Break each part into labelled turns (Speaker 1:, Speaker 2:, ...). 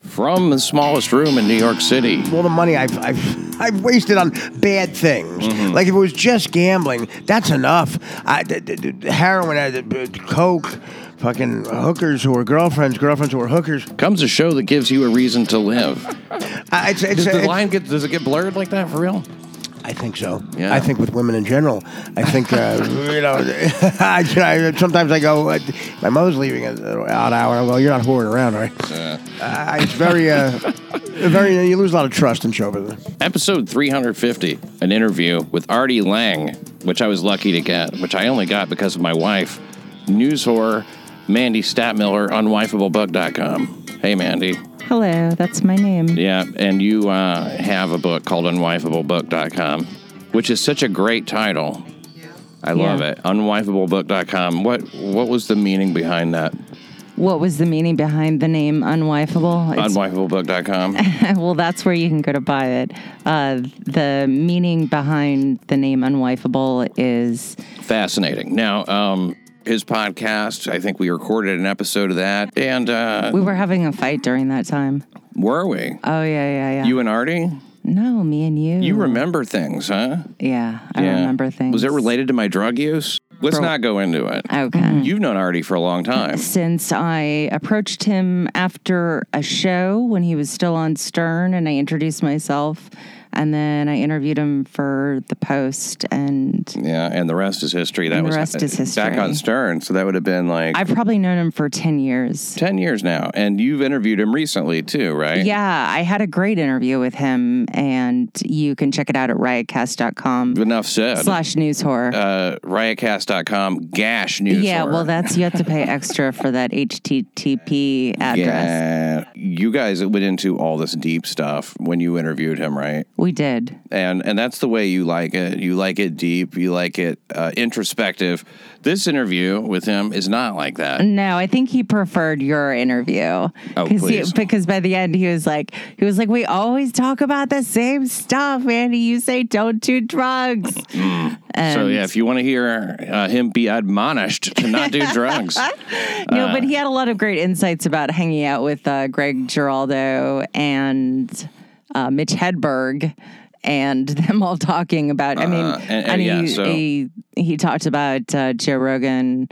Speaker 1: from the smallest room in New York City.
Speaker 2: all the money I've, I've, I've wasted on bad things. Like if it was just gambling, that's enough. I, d- d- d- heroin, I, d- d- coke, fucking hookers who are girlfriends, girlfriends who are hookers.
Speaker 1: Comes a show that gives you a reason to live.
Speaker 2: I, it's, it's,
Speaker 1: Does the
Speaker 2: it's-
Speaker 1: line get does it get blurred like that for real?
Speaker 2: I think so.
Speaker 1: Yeah.
Speaker 2: I think with women in general. I think uh, you know. I, I- sometimes I go. uh, My mother's leaving at an odd hour. I go. You're not whoring around, right? Uh, it's very, uh, very. You lose a lot of trust in show business.
Speaker 1: Episode 350, an interview with Artie Lang, which I was lucky to get, which I only got because of my wife, news whore Mandy Statmiller on wifeablebug.com. Hey, Mandy.
Speaker 3: Hello, that's my name.
Speaker 1: Yeah, and you uh, have a book called unwifeablebook.com, which is such a great title. I
Speaker 3: Yeah.
Speaker 1: love it. Unwifeablebook.com. What what was the meaning behind that?
Speaker 3: What was the meaning behind the name Unwifeable? It's-
Speaker 1: Unwifeablebook.com.
Speaker 3: well, that's where you can go to buy it. Uh, the meaning behind the name Unwifeable is
Speaker 1: Fascinating. Now, um, his podcast, I think we recorded an episode of that. And uh,
Speaker 3: we were having a fight during that time.
Speaker 1: were we?
Speaker 3: Oh, yeah, yeah, yeah.
Speaker 1: You and Artie?
Speaker 3: no, me and you.
Speaker 1: You remember things, huh?
Speaker 3: Yeah, I remember things.
Speaker 1: Was it related to my drug use? Let's
Speaker 3: Pro-
Speaker 1: not go into it.
Speaker 3: Okay.
Speaker 1: You've known Artie for a long time.
Speaker 3: Since I approached him after a show when he was still on Stern and I introduced myself and then I interviewed him for the post and
Speaker 1: Yeah, and the rest is history. That
Speaker 3: And the
Speaker 1: was
Speaker 3: rest is
Speaker 1: back
Speaker 3: history.
Speaker 1: on Stern, so that would have been like
Speaker 3: I've probably known him for 10 years.
Speaker 1: ten years now. And you've interviewed him recently too, right?
Speaker 3: Yeah, I had a great interview with him, and you can check it out at riotcast.com
Speaker 1: Enough said.
Speaker 3: slash news horror.
Speaker 1: Uh, riotcast.com gash news.
Speaker 3: yeah,
Speaker 1: whore.
Speaker 3: well, that's you have to pay extra for that HTTP address.
Speaker 1: yeah. You guys went into all this deep stuff when you interviewed him, right?
Speaker 3: We did.
Speaker 1: and and that's the way you like it. You like it deep. You like it uh, introspective. This interview with him is not like that.
Speaker 3: No, I think he preferred your interview.
Speaker 1: Oh,
Speaker 3: 'Cause he-
Speaker 1: please.
Speaker 3: because by the end he was like he was like, We always talk about the same stuff, Andy. You say don't do drugs. and
Speaker 1: so yeah, if you want to hear uh, him be admonished to not do drugs,
Speaker 3: No,
Speaker 1: Uh,
Speaker 3: but he had a lot of great insights about hanging out with uh, Greg Giraldo and uh, Mitch Hedberg and them all talking about. I mean,
Speaker 1: Uh, and- and
Speaker 3: he,
Speaker 1: yeah, so-
Speaker 3: he, he talked about uh, Joe Rogan.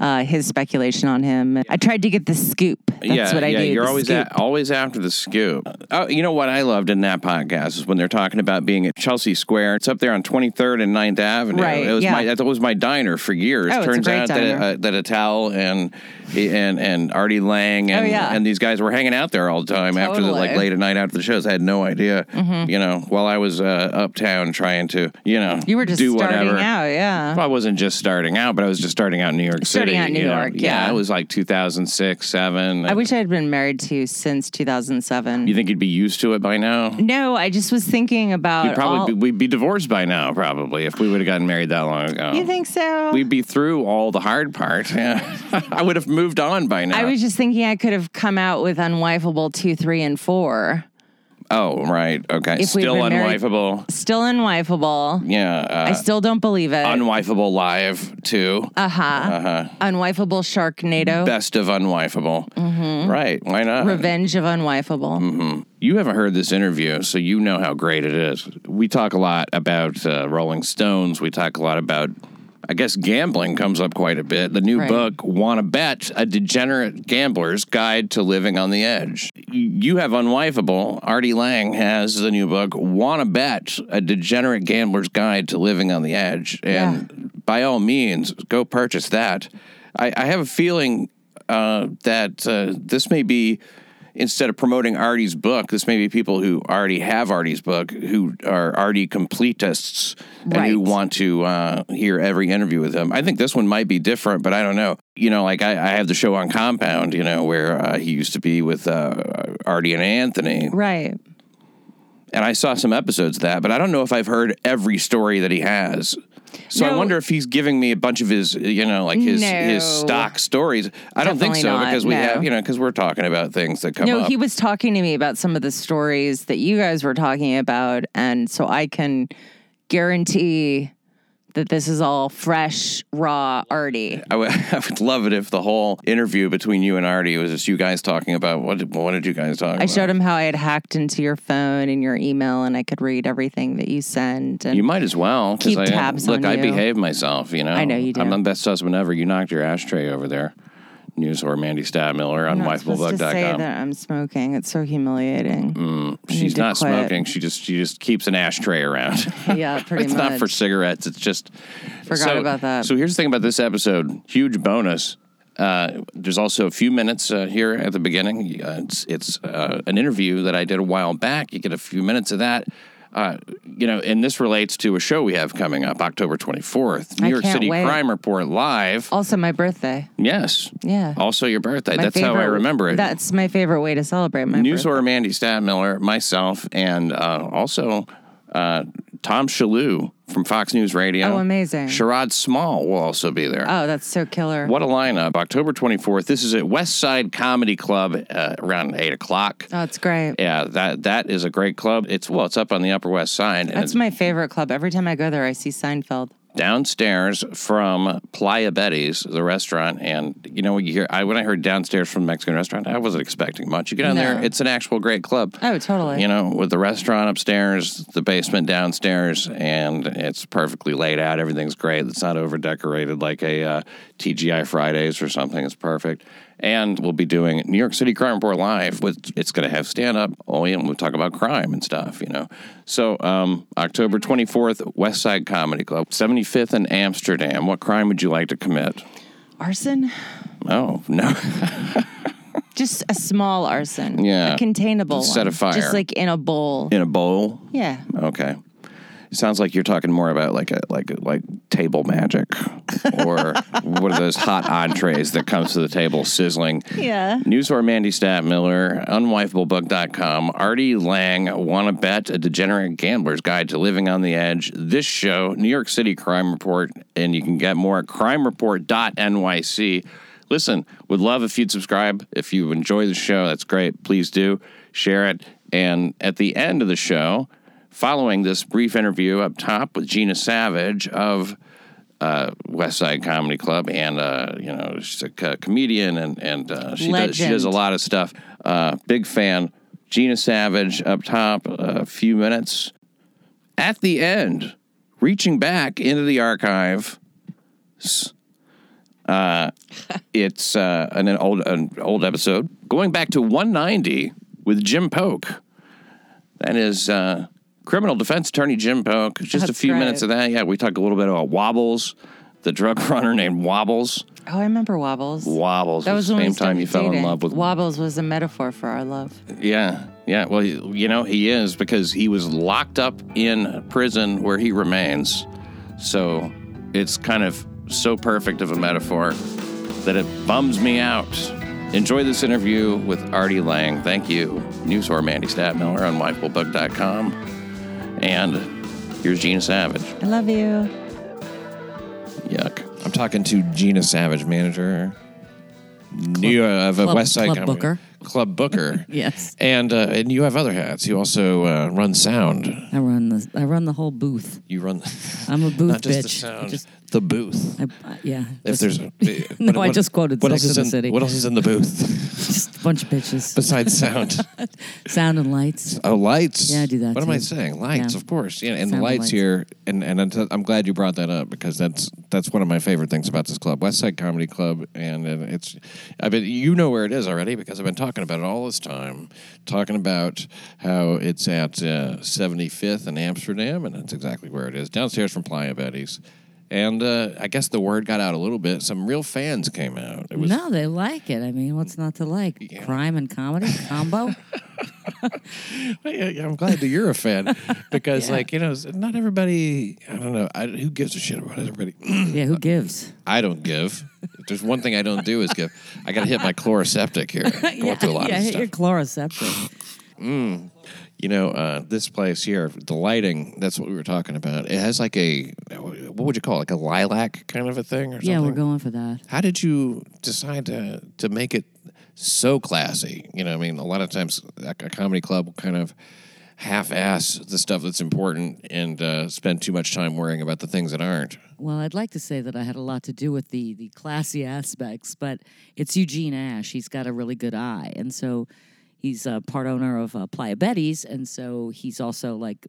Speaker 3: Uh, his speculation on him. I tried to get the scoop. That's
Speaker 1: yeah,
Speaker 3: what I
Speaker 1: yeah,
Speaker 3: do.
Speaker 1: you're
Speaker 3: the
Speaker 1: always
Speaker 3: scoop.
Speaker 1: at, always after the scoop. Oh, you know what I loved in that podcast is when they're talking about being at Chelsea Square. It's up there on 23rd and 9th Avenue.
Speaker 3: Right,
Speaker 1: It was
Speaker 3: yeah.
Speaker 1: my that was my diner for years.
Speaker 3: Oh, it's a
Speaker 1: Turns
Speaker 3: great
Speaker 1: out
Speaker 3: diner.
Speaker 1: that uh, that Atal and and and Artie Lang and
Speaker 3: Oh, yeah.
Speaker 1: and these guys were hanging out there all the time after the like
Speaker 3: Totally. Mm-hmm.
Speaker 1: late at night after the shows. I had no idea. You know, while I was uh, uptown trying to you know
Speaker 3: You were just
Speaker 1: do
Speaker 3: starting
Speaker 1: whatever.
Speaker 3: out, yeah.
Speaker 1: Well, I wasn't just starting out, but I was just starting out in New York
Speaker 3: Starting
Speaker 1: City.
Speaker 3: out in New
Speaker 1: you know.
Speaker 3: York,
Speaker 1: yeah,
Speaker 3: yeah.
Speaker 1: it was like 2006, seven.
Speaker 3: I wish I had been married to you since 2007.
Speaker 1: You think you'd be used to it by now?
Speaker 3: no, I just was thinking about.
Speaker 1: You'd probably
Speaker 3: all-
Speaker 1: be, we'd be divorced by now, probably, if we would have gotten married that long ago.
Speaker 3: you think so?
Speaker 1: We'd be through all the hard part. Yeah. I would have moved on by now.
Speaker 3: I was just thinking I could have come out with unwifeable two, three, and four.
Speaker 1: oh, right. Okay.
Speaker 3: If we'd
Speaker 1: Still
Speaker 3: been married-
Speaker 1: unwifeable.
Speaker 3: Still unwifeable.
Speaker 1: Yeah.
Speaker 3: I
Speaker 1: Uh,
Speaker 3: still don't believe it.
Speaker 1: unwifeable live, too.
Speaker 3: uh huh.
Speaker 1: Uh-huh.
Speaker 3: Unwifeable Sharknado.
Speaker 1: Best of unwifeable.
Speaker 3: Mm-hmm.
Speaker 1: Right. Why not?
Speaker 3: Revenge of Unwifeable.
Speaker 1: Mm-hmm. You haven't heard this interview, so you know how great it is. We talk a lot about uh, Rolling Stones. We talk a lot about, I guess, gambling comes up quite a bit. The new
Speaker 3: Right.
Speaker 1: book, Wanna Bet A Degenerate Gambler's Guide to Living on the Edge. You have Unwifeable. Artie Lang has the new book, Wanna Bet A Degenerate Gambler's Guide to Living on the Edge. And by all means, go purchase that. I, I have a feeling uh, that uh, this may be instead of promoting Artie's book, this may be people who already have Artie's book who are Artie completists and who
Speaker 3: Right.
Speaker 1: want to uh, hear every interview with him. I think this one might be different, but I don't know. You know, like I, I have the show on Compound, you know, where uh, he used to be with uh, Artie and Anthony,
Speaker 3: Right.
Speaker 1: and I saw some episodes of that, but I don't know if I've heard every story that he has. So I
Speaker 3: No.
Speaker 1: wonder if he's giving me a bunch of his, you know, like his his
Speaker 3: No.
Speaker 1: stock stories. I don't think
Speaker 3: Definitely
Speaker 1: so
Speaker 3: not,
Speaker 1: because we
Speaker 3: no.
Speaker 1: have, you know, because we're talking about things that come
Speaker 3: No,
Speaker 1: up.
Speaker 3: he was talking to me about some of the stories that you guys were talking about. And so I can guarantee that this is all fresh, raw Artie.
Speaker 1: I would- I would love it if the whole interview between you and Artie was just you guys talking about what did, what did you guys talk about?
Speaker 3: I showed him how I had hacked into your phone and your email, and I could read everything that you send. And
Speaker 1: You might as well. 'cause
Speaker 3: Keep
Speaker 1: I, uh,
Speaker 3: tabs
Speaker 1: Look,
Speaker 3: on
Speaker 1: I
Speaker 3: you.
Speaker 1: behave myself, you know.
Speaker 3: I know you do.
Speaker 1: I'm the best husband ever. You knocked your ashtray over there. News whore Mandy Stadmiller on
Speaker 3: I'm not supposed to say
Speaker 1: wifeablebug.com.
Speaker 3: that I'm smoking. It's so humiliating.
Speaker 1: Mm.
Speaker 3: need
Speaker 1: She's
Speaker 3: to
Speaker 1: not
Speaker 3: quit.
Speaker 1: smoking. She just she just keeps an ashtray around.
Speaker 3: Yeah, pretty
Speaker 1: it's
Speaker 3: much.
Speaker 1: not for cigarettes. It's just
Speaker 3: Forgot
Speaker 1: so,
Speaker 3: about that.
Speaker 1: So here's the thing about this episode. Huge bonus. Uh, there's also a few minutes uh, here at the beginning. Uh, it's it's uh, an interview that I did a while back. You get a few minutes of that. Uh, you know, and this relates to a show we have coming up October 24th. New
Speaker 3: I
Speaker 1: York
Speaker 3: can't
Speaker 1: City
Speaker 3: wait.
Speaker 1: Crime Report live.
Speaker 3: also, my birthday.
Speaker 1: Yes.
Speaker 3: Yeah.
Speaker 1: Also your birthday.
Speaker 3: My
Speaker 1: That's how I
Speaker 3: favorite-
Speaker 1: remember it.
Speaker 3: That's my favorite way to celebrate my
Speaker 1: News
Speaker 3: birthday.
Speaker 1: or Mandy Statmiller, myself, and uh, also uh, Tom Shalhoub from Fox News Radio.
Speaker 3: Oh, amazing.
Speaker 1: Sherrod Small will also be there.
Speaker 3: Oh, that's so killer.
Speaker 1: What a lineup. October 24th. This is at West Side Comedy Club uh, around 8 o'clock.
Speaker 3: Oh, it's great.
Speaker 1: yeah, that that is a great club. It's well, it's up on the Upper West Side, and
Speaker 3: That's
Speaker 1: it's
Speaker 3: my favorite club. Every time I go there, I see Seinfeld.
Speaker 1: downstairs from Playa Betty's, the restaurant. And you know, you hear I when I heard downstairs from the Mexican restaurant, I wasn't expecting much. You get on
Speaker 3: No.
Speaker 1: there, it's an actual great club.
Speaker 3: Oh, totally.
Speaker 1: You know, with the restaurant upstairs, the basement downstairs, and it's perfectly laid out. Everything's great. It's not over decorated like a uh, TGI Fridays or something. It's perfect. And we'll be doing New York City Crime Report live. With it's going to have stand up. Oh, yeah, and we'll talk about crime and stuff. You know. So um, October twenty fourth, West Side Comedy Club, seventy fifth in Amsterdam. What crime would you like to commit?
Speaker 3: Arson?
Speaker 1: Oh no.
Speaker 3: Just a small arson.
Speaker 1: Yeah.
Speaker 3: A containable
Speaker 1: Set
Speaker 3: one.
Speaker 1: a fire.
Speaker 3: Just like in a bowl.
Speaker 1: in a bowl.
Speaker 3: Yeah.
Speaker 1: Okay. Sounds like you're talking more about like a like like table magic or one of those hot entrees that comes to the table sizzling.
Speaker 3: Yeah.
Speaker 1: Newswire Mandy Statmiller, unwifeablebug.com, Artie Lang, Wanna Bet, A Degenerate Gambler's Guide to Living on the Edge, this show, New York City Crime Report, and you can get more at crimereport.nyc. Listen, would love if you'd subscribe. If you enjoy the show, that's great. Please do share it. And at the end of the show, following this brief interview up top with Gina Savage of uh, West Side Comedy Club, and uh, you know she's a co- comedian, and and uh, she does she does a
Speaker 3: Legend.
Speaker 1: lot of stuff. Uh, big fan, Gina Savage up top. A few minutes at the end, reaching back into the archive. Uh, it's uh, an, an old an old episode going back to 190 with Jim Polk. That is uh, criminal defense attorney Jim Polk. Just a
Speaker 3: That's
Speaker 1: few
Speaker 3: right.
Speaker 1: minutes of that. Yeah, we talked a little bit about Wobbles, the drug runner named Wobbles.
Speaker 3: Oh, I remember Wobbles.
Speaker 1: Wobbles.
Speaker 3: that was
Speaker 1: the
Speaker 3: when we
Speaker 1: same time
Speaker 3: started
Speaker 1: you fell in
Speaker 3: dating.
Speaker 1: love with
Speaker 3: Wobbles was a metaphor for our love.
Speaker 1: Yeah, yeah. Well, you you know he is because he was locked up in prison where he remains. So it's kind of so perfect of a metaphor that it bums me out. Enjoy this interview with Artie Lang. Thank you, Newswhore Mandy Statmiller on WifeWillBug.com. And here's Gina Savage.
Speaker 3: I love you.
Speaker 1: Yuck. I'm talking to Gina Savage, manager New uh, of a
Speaker 4: club-
Speaker 1: West Side
Speaker 4: club
Speaker 1: company.
Speaker 4: booker.
Speaker 1: Club Booker.
Speaker 4: Yes.
Speaker 1: And uh, and you have other hats. You also uh, run sound.
Speaker 4: I run the I run the whole booth.
Speaker 1: You run.
Speaker 4: I'm a booth
Speaker 1: not just the
Speaker 4: bitch. I
Speaker 1: sound.
Speaker 4: just-
Speaker 1: the booth.
Speaker 4: I, I- Uh, yeah.
Speaker 1: If
Speaker 4: just-
Speaker 1: there's
Speaker 4: no, I just quoted
Speaker 1: what
Speaker 4: Sex
Speaker 1: else is
Speaker 4: and
Speaker 1: in-
Speaker 4: the City.
Speaker 1: What else is in the booth
Speaker 4: just a bunch of bitches,
Speaker 1: besides sound?
Speaker 4: sound and lights.
Speaker 1: Oh, lights.
Speaker 4: Yeah, I do that
Speaker 1: What am I
Speaker 4: too.
Speaker 1: saying? Lights,
Speaker 4: Yeah.
Speaker 1: of course. Yeah, and
Speaker 4: Sound and
Speaker 1: lights,
Speaker 4: lights.
Speaker 1: here, and and I'm- I'm glad you brought that up because that's that's one of my favorite things about this club, West Side Comedy Club, and, and it's, I mean, you know where it is already because I've been talking about it all this time, talking about how it's at uh, 75th in Amsterdam, and that's exactly where it is, downstairs from Playa Betty's. And uh, I guess the word got out a little bit. Some real fans came out. It was
Speaker 4: No, they like it. I mean, what's not to like? Crime and comedy combo.
Speaker 1: I, I'm glad that you're a fan because, like, you know, not everybody. I don't know. I, who gives a shit about everybody?
Speaker 4: yeah, who gives?
Speaker 1: I don't give. If there's one thing I don't do is give. I got to hit my chloroseptic here. Going through a lot
Speaker 4: yeah,
Speaker 1: of
Speaker 4: hit
Speaker 1: stuff.
Speaker 4: your chloroceptive.
Speaker 1: You know, uh, this place here, the lighting. That's what we were talking about. It has like a what would you call it? like a lilac kind of a thing or something.
Speaker 4: yeah, we're going for that.
Speaker 1: How did you decide to to make it so classy? You know, I mean, a lot of times a, a comedy club will kind of half-ass the stuff that's important and uh, spend too much time worrying about the things that aren't.
Speaker 4: Well, I'd like to say that I had a lot to do with the the classy aspects, but it's Eugene Ash. He's got a really good eye, and so he's a part owner of uh, Playa Betty's, and so he's also like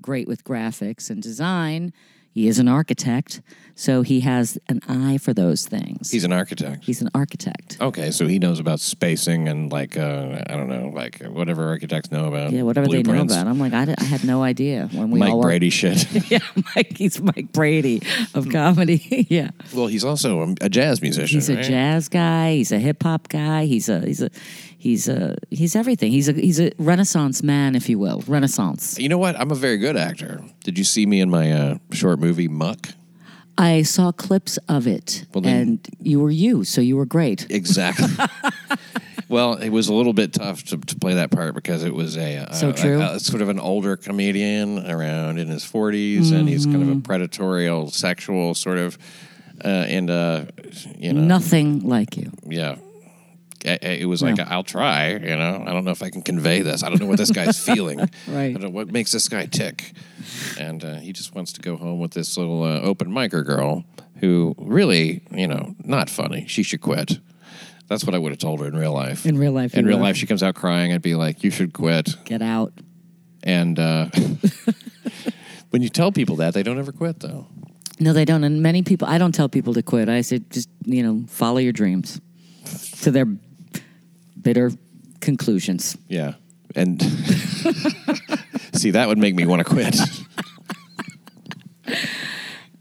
Speaker 4: great with graphics and design. He is an architect, so he has an eye for those things.
Speaker 1: He's an architect.
Speaker 4: He's an architect.
Speaker 1: Okay, so he knows about spacing and like uh, I don't know, like whatever architects know about.
Speaker 4: Yeah, whatever they know
Speaker 1: blueprints.
Speaker 4: about. I'm like, I, di- I had no idea when we all
Speaker 1: Mike
Speaker 4: worked-
Speaker 1: Brady shit.
Speaker 4: Yeah, Mike. He's Mike Brady
Speaker 1: Hmm.
Speaker 4: of comedy. yeah.
Speaker 1: well, he's also a- a jazz musician.
Speaker 4: He's a
Speaker 1: right?
Speaker 4: jazz guy. He's a hip hop guy. He's a he's a he's a he's everything. He's a he's a Renaissance man, if you will. Renaissance.
Speaker 1: You know what? I'm a very good actor. Did you see me in my uh, short movie Muck?
Speaker 4: I saw clips of it,
Speaker 1: Well, then-
Speaker 4: and you were you, so you were great.
Speaker 1: Exactly. well, it was a little bit tough to, to play that part because it was a, uh
Speaker 4: So
Speaker 1: a-
Speaker 4: true.
Speaker 1: a- sort of an older comedian around in his 40s, and he's kind of
Speaker 4: Mm.
Speaker 1: a predatorial, sexual sort of, uh, and uh, you know,
Speaker 4: Nothing like you.
Speaker 1: yeah. I- I- It was like I'll try, you know. I don't know if I can convey this. I don't know what this guy's feeling. I
Speaker 4: Right.
Speaker 1: don't know what makes this guy tick, and uh, he just wants to go home with this little uh, open micer girl who really, you know, not funny. She should quit. That's what I would have told her in real life.
Speaker 4: In real life,
Speaker 1: in
Speaker 4: you
Speaker 1: real
Speaker 4: would.
Speaker 1: life, she comes out crying. I'd be like, "You should quit."
Speaker 4: Get out.
Speaker 1: And uh, when you tell people that, they don't ever quit, though.
Speaker 4: No, they don't. And many people, I don't tell people to quit. I said, just you know, follow your dreams to their bitter conclusions.
Speaker 1: Yeah. And see, that would make me want to quit.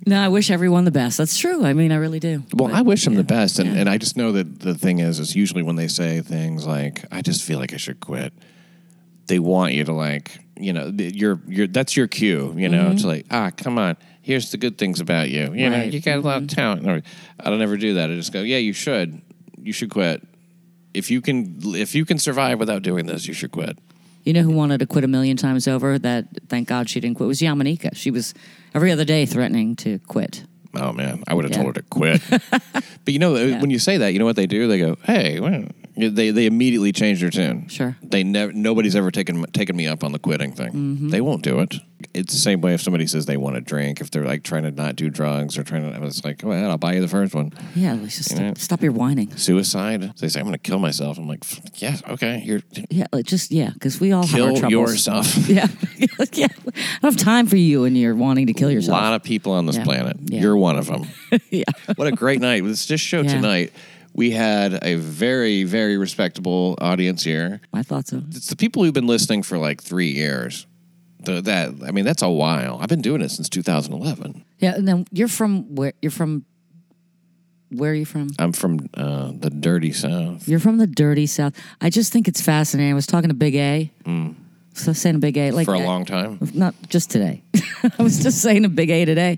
Speaker 4: No, I wish everyone the best. That's true. I mean, I really do.
Speaker 1: Well, I wish them the best, and, and I just know that the thing is, is usually when they say things like, "I just feel like I should quit," they want you to like, you know, th- your your that's your cue, you know, it's like, ah, come on, here's the good things about you, you know,
Speaker 4: Right.
Speaker 1: you got a lot of talent. Or, I don't ever do that. I just go, yeah, you should, you should quit. If you can, if you can survive without doing this, you should quit.
Speaker 4: You know who wanted to quit a million times over that thank God she didn't quit was Yamanika. She was every other day threatening to quit.
Speaker 1: Oh man, I would have
Speaker 4: Yeah.
Speaker 1: told her to quit. but you know, when you say that, you know what they do? They go, "Hey," well, they they immediately change their tune.
Speaker 4: Sure.
Speaker 1: They never. Nobody's ever taken taken me up on the quitting thing.
Speaker 4: Mm-hmm.
Speaker 1: They won't do it. It's the same way if somebody says they want to drink, if they're like trying to not do drugs or trying to, it's like, go ahead, I'll buy you the first one.
Speaker 4: Yeah, let's just stop, stop your whining.
Speaker 1: Suicide. They say I'm going to kill myself. I'm like, "Pff, yeah, okay, you're
Speaker 4: Yeah, like just yeah, because we all have our
Speaker 1: kill
Speaker 4: troubles.
Speaker 1: yourself.
Speaker 4: Yeah, yeah. I don't have time for you, and you're wanting to kill
Speaker 1: A
Speaker 4: yourself.
Speaker 1: lot of people on this
Speaker 4: Yeah.
Speaker 1: planet.
Speaker 4: Yeah.
Speaker 1: You're one of them.
Speaker 4: yeah,
Speaker 1: what a great night. With this show
Speaker 4: Yeah.
Speaker 1: tonight, we had a very, very respectable audience here.
Speaker 4: I thought so.
Speaker 1: It's the people who've been listening for like three years. The, that I mean, that's a while. I've been doing it since 2011.
Speaker 4: Yeah, and then you're from where? You're from where? Are you from?
Speaker 1: I'm from uh, the dirty south.
Speaker 4: You're from the dirty south. I just think it's fascinating. I was talking to Big A. So saying to Big A, like
Speaker 1: Mm. for a
Speaker 4: I-
Speaker 1: long time.
Speaker 4: not just today. I was just saying to Big A today.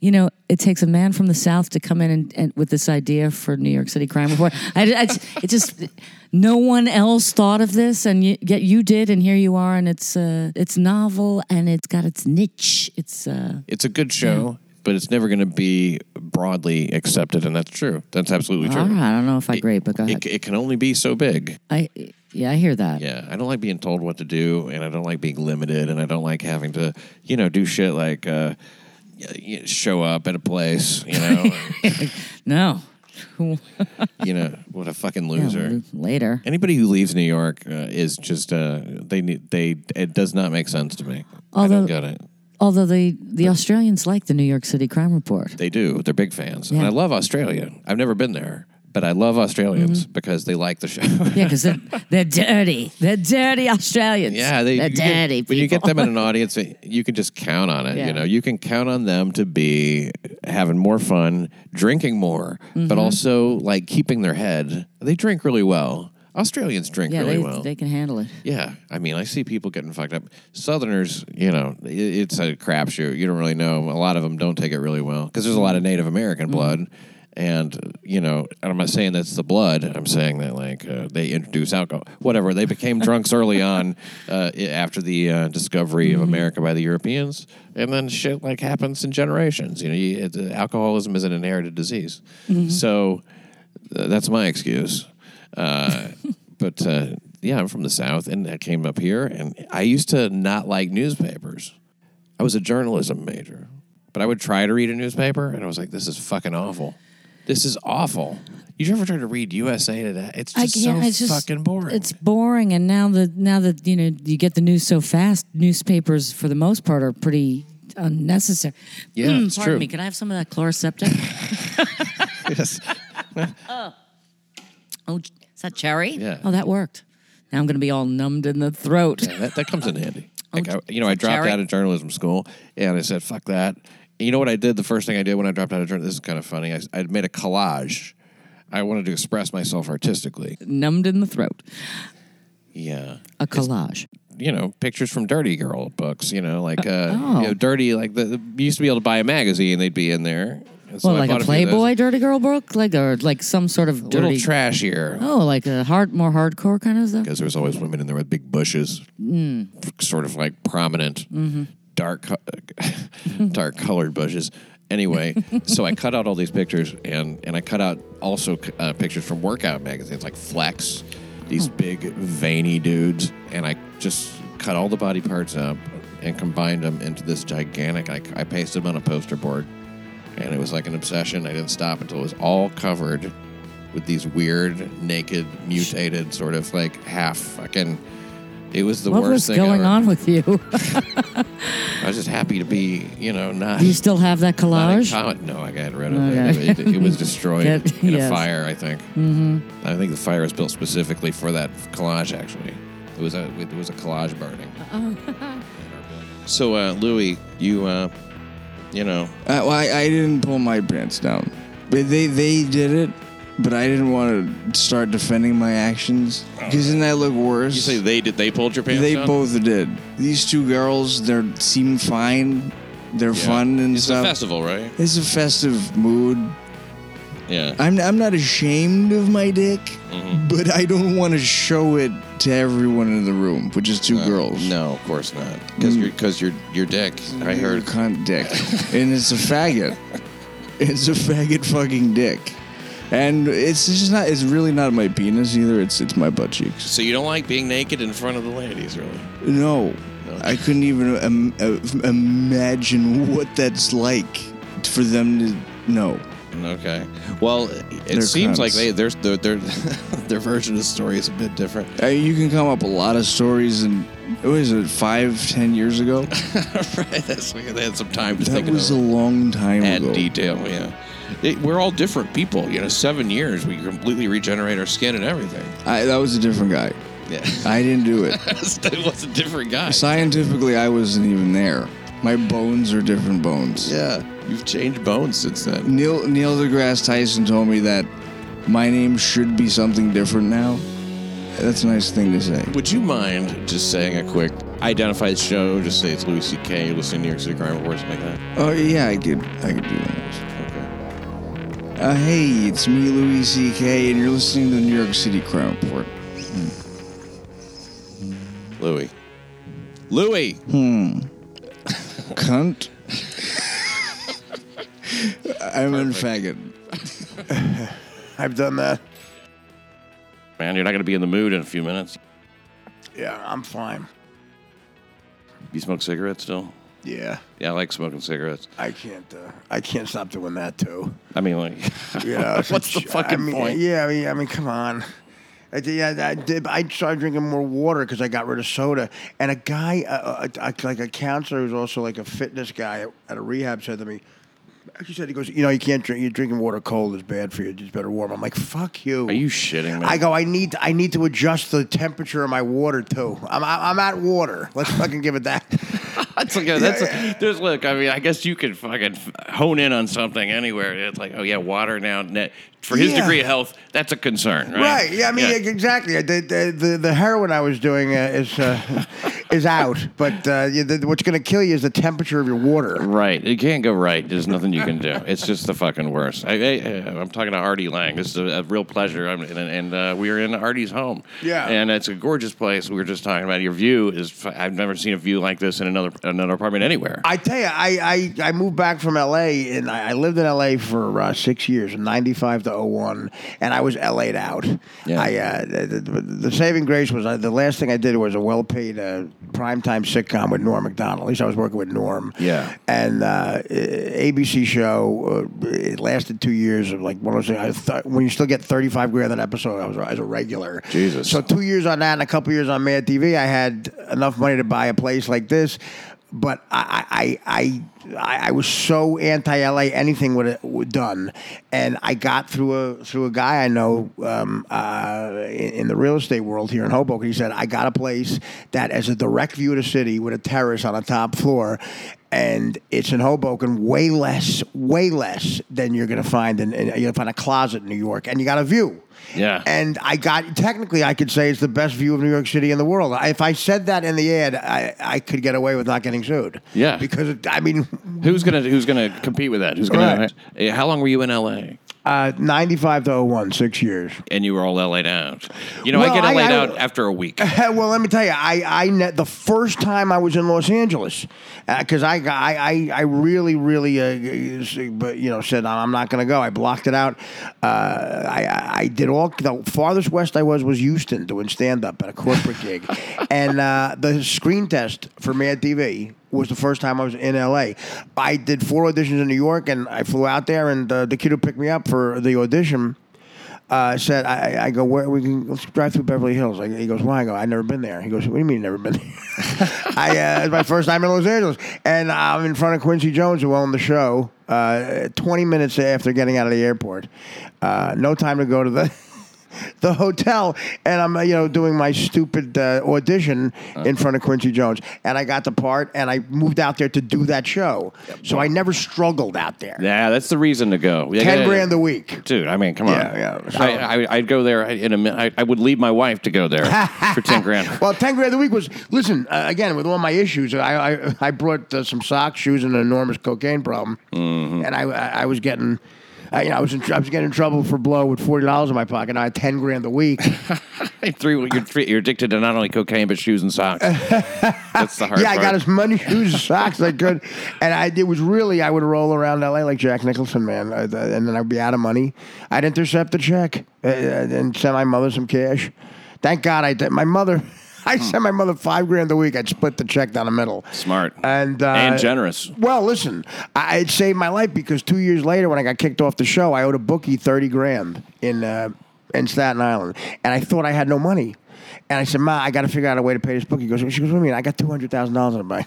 Speaker 4: You know, it takes a man from the South to come in and, and with this idea for New York City crime report. I, I, it just no one else thought of this, and you, yet you did, and here you are, and it's uh, it's novel and it's got its niche. It's uh,
Speaker 1: It's a good show, but it's never going to be broadly accepted, and that's true. That's absolutely
Speaker 4: all
Speaker 1: true.
Speaker 4: right. I don't know if I agree, but go
Speaker 1: It,
Speaker 4: ahead.
Speaker 1: it can only be so big.
Speaker 4: I yeah, I hear that.
Speaker 1: Yeah, I don't like being told what to do, and I don't like being limited, and I don't like having to, you know, do shit like uh, y- y- show up at a place, you know,
Speaker 4: No,
Speaker 1: you know, what a fucking loser.
Speaker 4: later.
Speaker 1: Anybody who leaves New York uh, is just uh, they need they. It does not make sense to me. I don't
Speaker 4: Although-
Speaker 1: get it.
Speaker 4: Although the the Australians like the New York City crime report.
Speaker 1: They do. They're big fans, and
Speaker 4: Yeah.
Speaker 1: I love Australia. I've never been there, but I love Australians
Speaker 4: Mm-hmm.
Speaker 1: because they like the show.
Speaker 4: Yeah, because they're, they're dirty. They're dirty Australians.
Speaker 1: Yeah, they,
Speaker 4: they're
Speaker 1: you get-
Speaker 4: dirty.
Speaker 1: When you get
Speaker 4: people.
Speaker 1: them in an audience, you can just count on it. You
Speaker 4: Yeah.
Speaker 1: know, you can count on them to be having more fun, drinking more,
Speaker 4: Mm-hmm.
Speaker 1: but also like keeping their head. They drink really well. Australians drink
Speaker 4: yeah,
Speaker 1: really
Speaker 4: they,
Speaker 1: well.
Speaker 4: they can handle it.
Speaker 1: yeah, I mean, I see people getting fucked up. Southerners, you know, i it's a crapshoot. You don't really know. A lot of them don't take it really well because there's a lot of Native American blood. And you know, and I'm not saying that's the blood. I'm saying that like uh, they introduce alcohol, whatever. They became drunks early on uh, i- after the uh, discovery of America by the Europeans, and then shit like happens in generations. You know, you, it, alcoholism is an inherited disease. So uh, that's my excuse. Uh, but uh, yeah, I'm from the South, and I came up here, and I used to not like newspapers. I was a journalism major, but I would try to read a newspaper, and I was like, this is fucking awful. This is awful. You ever try to read USA Today? It's just so fucking boring.
Speaker 4: It's boring, and now the now that you know you get the news so fast, newspapers for the most part are pretty unnecessary.
Speaker 1: Yeah,
Speaker 4: Mm,
Speaker 1: it's
Speaker 4: pardon
Speaker 1: true.
Speaker 4: me. Can I have some of that chloroseptic?
Speaker 1: Yes.
Speaker 4: oh, j- is that cherry?
Speaker 1: Yeah.
Speaker 4: Oh, that worked. Now I'm going to be all numbed in the throat.
Speaker 1: that, that comes in handy. Like I,
Speaker 4: Oh,
Speaker 1: you know, I dropped
Speaker 4: Jerry.
Speaker 1: out of journalism school, and I said, "Fuck that." And you know what I did? The first thing I did when I dropped out of journalism, this is kind of funny. I, I made a collage. I wanted to express myself artistically.
Speaker 4: numbed in the throat.
Speaker 1: Yeah,
Speaker 4: A collage.
Speaker 1: you know, pictures from Dirty Girl books. You know, like uh,
Speaker 4: Oh.
Speaker 1: you know, Dirty. Like the, the- you used to be able to buy a magazine, they'd be in there. And so
Speaker 4: well,
Speaker 1: I
Speaker 4: like a
Speaker 1: bought few of those.
Speaker 4: Playboy dirty girl book, like or like some sort of
Speaker 1: a little
Speaker 4: dirty.
Speaker 1: trashier.
Speaker 4: oh, like a hard, more hardcore kind of stuff.
Speaker 1: because there was always women in there with big bushes, sort of like prominent, dark, co- dark colored bushes. Anyway, so I cut out all these pictures, and and I cut out also uh, pictures from workout magazines like Flex, these big veiny dudes, and I just cut all the body parts up and combined them into this gigantic. I, I pasted them on a poster board, and it was like an obsession. I didn't stop until it was all covered with these weird, naked, mutated sort of like half fucking. It was the
Speaker 4: What
Speaker 1: worst
Speaker 4: was
Speaker 1: thing
Speaker 4: going
Speaker 1: ever.
Speaker 4: on with you?
Speaker 1: I was just happy to be, you know, not.
Speaker 4: Do you still have that
Speaker 1: not in
Speaker 4: collage?
Speaker 1: college. No, I got rid of
Speaker 4: Okay.
Speaker 1: it. it. It was destroyed
Speaker 4: That-
Speaker 1: in a
Speaker 4: yes.
Speaker 1: fire, I think. Mm-hmm. I think the fire was built specifically for that collage. Actually, it was a it was a collage burning. so, uh, Louis, you, uh, you know,
Speaker 5: Uh, well, I, I didn't pull my pants down. But they they did it, but I didn't want to start defending my actions because then I look worse.
Speaker 1: Oh. you say they did they pulled your pants
Speaker 5: they
Speaker 1: down?
Speaker 5: both did. These two girls, they are seem fine. They're
Speaker 1: Yeah.
Speaker 5: fun and
Speaker 1: It's a
Speaker 5: stuff.
Speaker 1: festival, right?
Speaker 5: it's a festive mood.
Speaker 1: Yeah.
Speaker 5: I'm I'm not ashamed of my dick,
Speaker 1: Mm-hmm.
Speaker 5: but I don't want to show it to everyone in the room, which is two
Speaker 1: No,
Speaker 5: girls. Mm.
Speaker 1: No, of course not. Because you're because you're your dick. I
Speaker 5: You're a
Speaker 1: heard.
Speaker 5: cunt dick, and it's a faggot. It's a faggot fucking dick, and it's just not. It's really not my penis either. It's it's my butt cheeks.
Speaker 1: So you don't like being naked in front of the ladies, really?
Speaker 5: No, I couldn't even um, uh, imagine what that's like for them to know.
Speaker 1: Okay. Well, it
Speaker 5: They're
Speaker 1: seems
Speaker 5: cunts.
Speaker 1: like they there's their their their version of the story is a bit different.
Speaker 5: Uh, you can come up with a lot of stories, and what is it? Five, ten years ago.
Speaker 1: right. That's like they had some time to
Speaker 5: That
Speaker 1: think
Speaker 5: was a
Speaker 1: about
Speaker 5: long time
Speaker 1: add
Speaker 5: ago.
Speaker 1: detail. Yeah. It, we're all different people. You know, seven years we completely regenerate our skin and everything.
Speaker 5: I, that was a different guy.
Speaker 1: Yeah.
Speaker 5: I didn't do it.
Speaker 1: that was a different guy.
Speaker 5: Scientifically, I wasn't even there. My bones are different bones.
Speaker 1: Yeah. You've changed bones since then.
Speaker 5: Neil Neil deGrasse Tyson told me that my name should be something different now. That's a nice thing to say.
Speaker 1: Would you mind just saying a quick identify the show? Just say it's Louis C.K. You're listening to New York City Crime Reports, like that.
Speaker 5: Oh yeah, I could I could do that.
Speaker 1: Okay.
Speaker 5: Uh, hey, it's me, Louis C.K., and you're listening to the New York City Crime Report.
Speaker 1: Louis. Louis.
Speaker 5: Cunt. I'm in faggot.
Speaker 2: I've done that.
Speaker 1: Man, you're not going to be in the mood in a few minutes.
Speaker 2: Yeah, I'm fine.
Speaker 1: You smoke cigarettes still?
Speaker 2: Yeah,
Speaker 1: Yeah, I like smoking cigarettes.
Speaker 2: I can't. Uh, I can't stop doing that too.
Speaker 1: I mean, like,
Speaker 2: You know, it's
Speaker 1: What's
Speaker 2: like,
Speaker 1: the fucking
Speaker 2: I mean,
Speaker 1: point?
Speaker 2: Yeah, I mean, I mean, come on. I, did- yeah, I, did, I started drinking more water because I got rid of soda. And a guy, uh, uh, uh, like a counselor who's also like a fitness guy at a rehab, said to me, he said, he goes, you know, you can't drink, you're drinking water cold is bad for you. It's better warm. I'm like, fuck you.
Speaker 1: are you shitting me?
Speaker 2: I go. I need. I need to adjust the temperature of my water too. I'm. I'm at water. Let's fucking give it that.
Speaker 1: that's like a, that's a, there's look. I mean, I guess you could fucking hone in on something anywhere. It's like, oh yeah, water now. Net for his
Speaker 2: Yeah.
Speaker 1: degree of health, that's a concern, right?
Speaker 2: Right. Yeah. I mean, exactly. The, the the the heroin I was doing uh, is uh, is out, but uh, you- the, what's going to kill you is the temperature of your water.
Speaker 6: Right. It can't go right. There's nothing you can do. It's just the fucking worst. I, I, I'm talking to Artie Lang. This is a, a real pleasure. I'm, and and uh, we are in Artie's home.
Speaker 2: Yeah.
Speaker 6: And it's a gorgeous place. We were just talking about your view is. f- I've never seen a view like this in another another apartment anywhere.
Speaker 2: I tell you, I, I, I moved back from L.A. and I, I lived in L.A. for uh, six years, '95 to 01, and I was L.A.'d out.
Speaker 1: Yeah.
Speaker 2: I, uh, the, the, the saving grace was uh, the last thing I did was a well-paid uh, primetime sitcom with Norm Macdonald. At least I was working with Norm.
Speaker 1: Yeah.
Speaker 2: And uh, ABC show, uh, it lasted two years of like one of those I th- when you still get 35 grand an episode. I was as a regular.
Speaker 1: Jesus.
Speaker 2: So two years on that and a couple years on Mad TV, I had enough money to buy a place like this. But I, I, I, I- I was so anti LA anything would have done, and I got through a through a guy I know um, uh, in, in the real estate world here in Hoboken. He said I got a place that has a direct view of the city with a terrace on a top floor, and it's in Hoboken, way less, way less than you're gonna find in, in you'll find a closet in New York, and you got a view.
Speaker 6: Yeah.
Speaker 2: And I got technically, I could say it's the best view of New York City in the world. I- If I said that in the ad, I, I could get away with not getting sued.
Speaker 6: Yeah.
Speaker 2: because it- I mean,
Speaker 6: who's gonna Who's gonna compete with that? Who's gonna? Eh, How long were you in L.A.
Speaker 2: uh, ninety-five to 01, six years.
Speaker 6: And you were all L.A.'d out. You know, I
Speaker 2: Well,
Speaker 6: get
Speaker 2: I-
Speaker 6: L.A.'d
Speaker 2: I-
Speaker 6: out after a week.
Speaker 2: well, let me tell you, I, I ne- the first time I was in Los Angeles, because I, got- I, I, I really, really, uh, s- but you know, said I'm not going to go. I blocked it out. Uh, I, I- I did all the farthest west I was was Houston doing stand up at a corporate gig, and uh, the screen test for Mad TV was the first time I was in LA. I did four auditions in New York, and I flew out there, and uh, the kid who picked me up for the audition uh, said, I, I- I go, where we can let's drive through Beverly Hills. I, he goes, why? I go, I've never been there. He goes, what do you mean you've never been there? I, uh, it's my first time in Los Angeles. And I'm in front of Quincy Jones, who owned the show, uh, 20 minutes after getting out of the airport. Uh, no time to go to the. The hotel, and I'm uh, you know doing my stupid uh, audition in front of Quincy Jones, and I got the part, and I moved out there to do that show, so I never struggled out there.
Speaker 6: Yeah, that's the reason to go. Yeah,
Speaker 2: Ten
Speaker 6: yeah,
Speaker 2: grand
Speaker 6: yeah.
Speaker 2: a week.
Speaker 6: Dude, I mean, come on.
Speaker 2: Yeah, yeah.
Speaker 6: I, I, I'd go there in a minute. I, I would leave my wife to go there for 10 grand.
Speaker 2: Well, ten grand a week was. Listen, uh, again, with all my issues, I I, I brought uh, some socks, shoes, and an enormous cocaine problem,
Speaker 6: Mm-hmm.
Speaker 2: and I I I was getting. I, you know, I was in, tr- I was getting in trouble for blow with forty dollars in my pocket. and I had ten grand a week.
Speaker 6: Three, you're, three, you're addicted to not only cocaine, but shoes and socks. that's the hard
Speaker 2: yeah, I
Speaker 6: part.
Speaker 2: got as many shoes and socks as I could, and I it was really I would roll around L.A. like Jack Nicholson, man, Uh, th- and then I'd be out of money. I'd intercept a check uh, and send my mother some cash. Thank God I did. My mother, I
Speaker 6: Hmm.
Speaker 2: sent my mother five grand a week. I'd split the check down the middle.
Speaker 6: Smart.
Speaker 2: and uh,
Speaker 6: And generous.
Speaker 2: Well, listen, I, it saved my life because two years later, when I got kicked off the show, I owed a bookie thirty grand in uh, in Staten Island, and I thought I had no money. And I said, "Ma, I got to figure out a way to pay this bookie." She goes, "She goes, what do you mean? I got two hundred thousand dollars in the bank."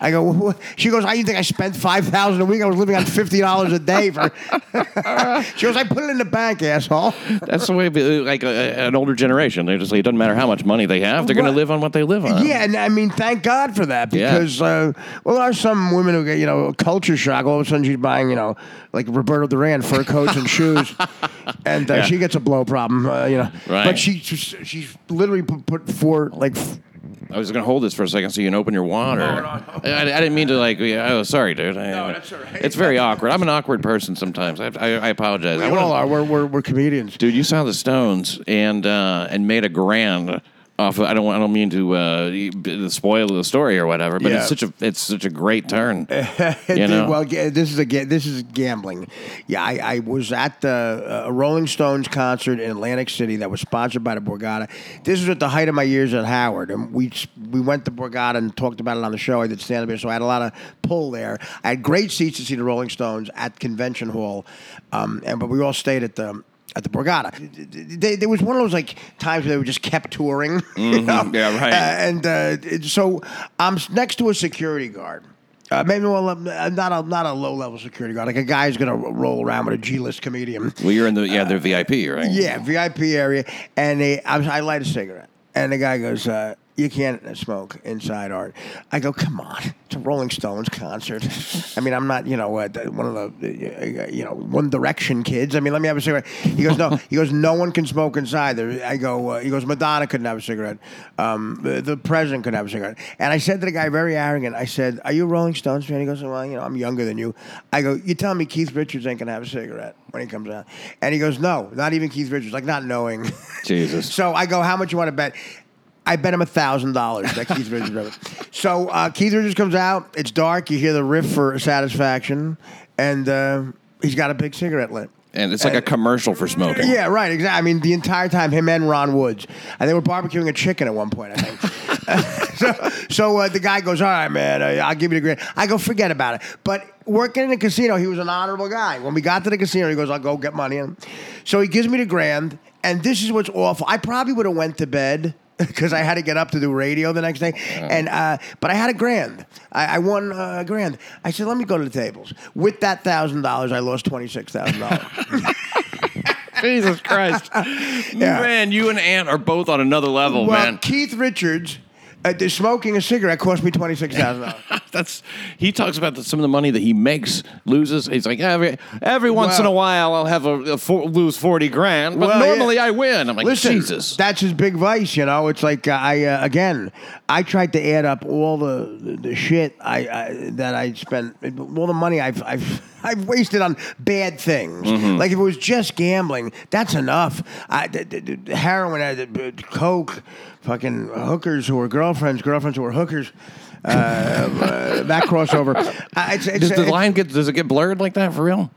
Speaker 2: I go, "Wha- what?" "She goes, I you think I spent five thousand a week? I was living on fifty dollars a day for." she goes, "I put it in the bank, asshole."
Speaker 6: That's the way, of, uh, like uh, an older generation. They're just like, it doesn't matter how much money they have, they're going
Speaker 2: Right.
Speaker 6: to live on what they live on.
Speaker 2: Yeah, and I mean, thank God for that
Speaker 6: Yeah.
Speaker 2: because, uh, well, there are some women who get, you know, culture shock. All of a sudden she's buying, you know, like Roberto Duran fur coats and shoes. And uh, she gets a blow problem, uh, you know.
Speaker 6: Right.
Speaker 2: But she, she, she literally put, put four, like, f-
Speaker 6: I was going to hold this for a second so you can open your water. I, I didn't mean to, like, yeah, oh, sorry, dude. I, no,
Speaker 2: that's all right.
Speaker 6: It's very awkward. I'm an awkward person sometimes. I, I, I apologize.
Speaker 2: we
Speaker 6: I wanna-
Speaker 2: all are. We're, we're, we're comedians.
Speaker 6: dude. You saw the Stones and uh, and made a grand off. Of, I don't I don't mean to uh, spoil the story or whatever, but
Speaker 2: Yeah.
Speaker 6: it's such a it's such a great turn.
Speaker 2: It
Speaker 6: you
Speaker 2: did-
Speaker 6: know?
Speaker 2: Well, ga- this is a ga- this is gambling. Yeah, I, I was at the uh, Rolling Stones concert in Atlantic City that was sponsored by the Borgata. This was at the height of my years at Howard, and we s- we went to Borgata and talked about it on the show. I did stand up there, so I had a lot of pull there. I had great seats to see the Rolling Stones at Convention Hall, um, and but we all stayed at the. At the Borgata, they, there was one of those like times where they were just kept touring. you know?
Speaker 6: Mm-hmm. Yeah, right.
Speaker 2: Uh, and uh, it- so I'm s- next to a security guard. Uh, maybe well, um, uh, not a not a low level security guard, like a guy who's gonna ro- roll around with a G list comedian.
Speaker 6: well, you're in the yeah, they're VIP, right?
Speaker 2: Yeah, VIP area, and they, I, I light a cigarette, and the guy goes, uh, you can't smoke inside art. I go, come on, it's a Rolling Stones concert. I mean, I'm not, you know, uh, the- one of the, uh, you know, One Direction kids. I mean, let me have a cigarette. He goes, no. he goes, no one can smoke inside. There, I go. Uh, he goes, Madonna couldn't have a cigarette. Um, the, the president couldn't have a cigarette. And I said to the guy, very arrogant, I said, are you a Rolling Stones fan? He goes, well, you know, I'm younger than you. I go, you tell me Keith Richards ain't gonna have a cigarette when he comes out. And he goes, no, not even Keith Richards. Like not knowing.
Speaker 6: Jesus.
Speaker 2: So I go, how much you want to bet? I bet him a thousand dollars that Keith Richards wrote. So uh, Keith Richards comes out. It's dark. You hear the riff for Satisfaction, and uh, he's got a big cigarette lit.
Speaker 6: And it's like a commercial for smoking.
Speaker 2: Yeah, right. Exactly. I mean, the entire time, him and Ron Woods, and they were barbecuing a chicken at one point. I think. so, so uh, the guy goes, "All right, man, uh, I'll give you the grant." I go, "Forget about it." But working in a casino, he was an honorable guy. When we got to the casino, he goes, "I'll go get money." And so he gives me the grand, and this is what's awful. I probably would have went to bed. Because I had to get up to do radio the next day, and uh, but I had a grand. I, I won uh, a grand. I said, "Let me go to the tables." With that thousand dollars, I lost twenty six thousand dollars.
Speaker 6: Jesus Christ. Man, you and Ant are both on another level,
Speaker 2: well,
Speaker 6: Oh, man.
Speaker 2: Keith Richards, uh, the smoking a cigarette cost me twenty six thousand dollars.
Speaker 6: That's he talks about the, some of the money that he makes loses. He's like every every once in a
Speaker 2: Well-
Speaker 6: while I'll have a, a four, lose forty grand, but
Speaker 2: Well, yeah.
Speaker 6: normally I win. I'm like
Speaker 2: Listen,
Speaker 6: Jesus.
Speaker 2: that's his big vice. You know, it's like uh, I uh, again, I tried to add up all the the, the shit I, I that I spent, all the money I've I've I've wasted on bad things.
Speaker 6: Mm-hmm.
Speaker 2: Like if it was just gambling, that's enough. I, the, the, the heroin, uh, the, the coke, fucking hookers who were girlfriends, girlfriends who were hookers. Uh, uh, that crossover. I, it's, it's,
Speaker 6: does the
Speaker 2: it's-
Speaker 6: line get does it get blurred like that for real?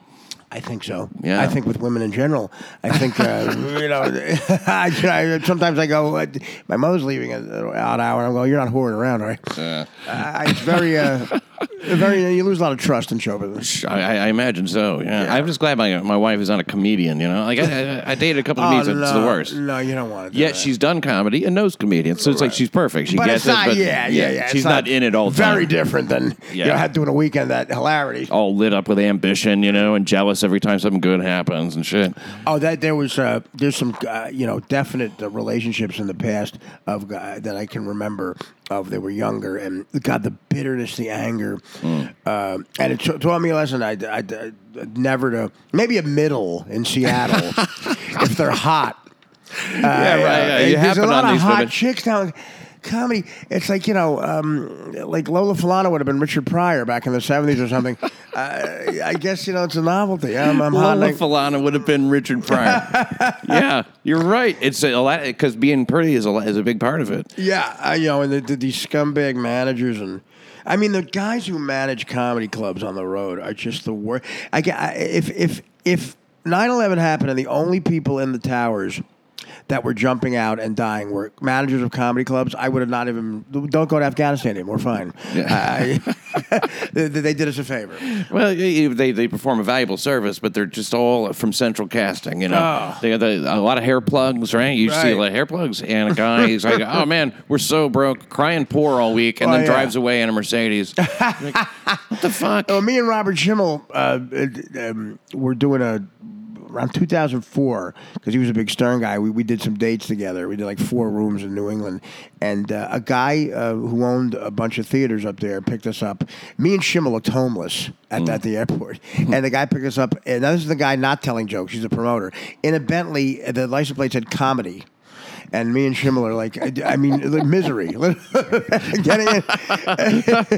Speaker 2: I think so.
Speaker 6: Yeah.
Speaker 2: I think with women in general. I think uh, you know. I, I- sometimes I go, uh, my mother's leaving at an odd hour, and I'm going, you're not whoring around, right? Uh, it's very, uh, very. uh, You lose a lot of trust in show business.
Speaker 6: I, I- I imagine so. Yeah. I'm just glad my my wife is not a comedian. You know, like I, I, I dated a couple of meets. It's the worst.
Speaker 2: No, you don't want to. Do
Speaker 6: Yet
Speaker 2: Oh, that.
Speaker 6: she's done comedy and knows comedians, so it's like she's perfect. She
Speaker 2: But it's
Speaker 6: gets
Speaker 2: not.
Speaker 6: it. But
Speaker 2: yeah, yeah, yeah. it's
Speaker 6: She's not, in it all the
Speaker 2: Very
Speaker 6: time.
Speaker 2: different than you
Speaker 6: Yeah.
Speaker 2: know, had doing a weekend that hilarity.
Speaker 6: all lit up with ambition, you know, and jealous every time something good happens and shit.
Speaker 2: Oh, that there was uh, there's some uh, you know definite uh, relationships in the past of uh, that I can remember of they were younger and God the bitterness, the anger,
Speaker 6: Hmm.
Speaker 2: uh, and it t- taught me a lesson. I, I, I- never to maybe a middle in Seattle if they're hot. yeah,
Speaker 6: right, yeah, you
Speaker 2: there's
Speaker 6: happen
Speaker 2: a
Speaker 6: on
Speaker 2: lot of
Speaker 6: these
Speaker 2: hot
Speaker 6: women.
Speaker 2: chicks now. Comedy, it's like you know, um, like Lola Falana would have been Richard Pryor back in the '70s or something. uh, I guess you know it's a novelty. I'm, I'm hot.
Speaker 6: Lola
Speaker 2: like-
Speaker 6: Falana would have been Richard Pryor. yeah, you're right. It's a lot because being pretty is a lot- is a big part of it.
Speaker 2: Yeah, I, you know, and the, the, these scumbag managers and. I mean, the guys who manage comedy clubs on the road are just the worst. I, ca- I- if if if 9/11 happened and the only people in the towers that were jumping out and dying were managers of comedy clubs, I would have not even. Don't go to Afghanistan anymore. We're fine. I- they, they did us a favor.
Speaker 6: Well, y- y- they, they perform a valuable service, but they're just all from central casting. You know,
Speaker 2: Oh.
Speaker 6: they got the, a lot of hair plugs, right? You see a
Speaker 2: Right.
Speaker 6: lot of hair plugs, and a guy is like, "Oh man, we're so broke, crying poor all week," and
Speaker 2: Oh,
Speaker 6: then
Speaker 2: yeah. Oh,
Speaker 6: drives away in a Mercedes. Like, what the fuck?
Speaker 2: Well, me and Robert Schimmel uh, uh, um, were doing a around 2004 because he was a big Stern guy. We, we did some dates together. We did like four rooms in New England, and uh, a guy uh, who owned a bunch of theaters up there picked us up. Me and Schimmel looked homeless at, at the airport, and the guy picked us up. And now this is the guy not telling jokes. He's a promoter in a Bentley. The license plate said comedy. And me and Schimmel are like, I, I mean, like, misery. Getting it.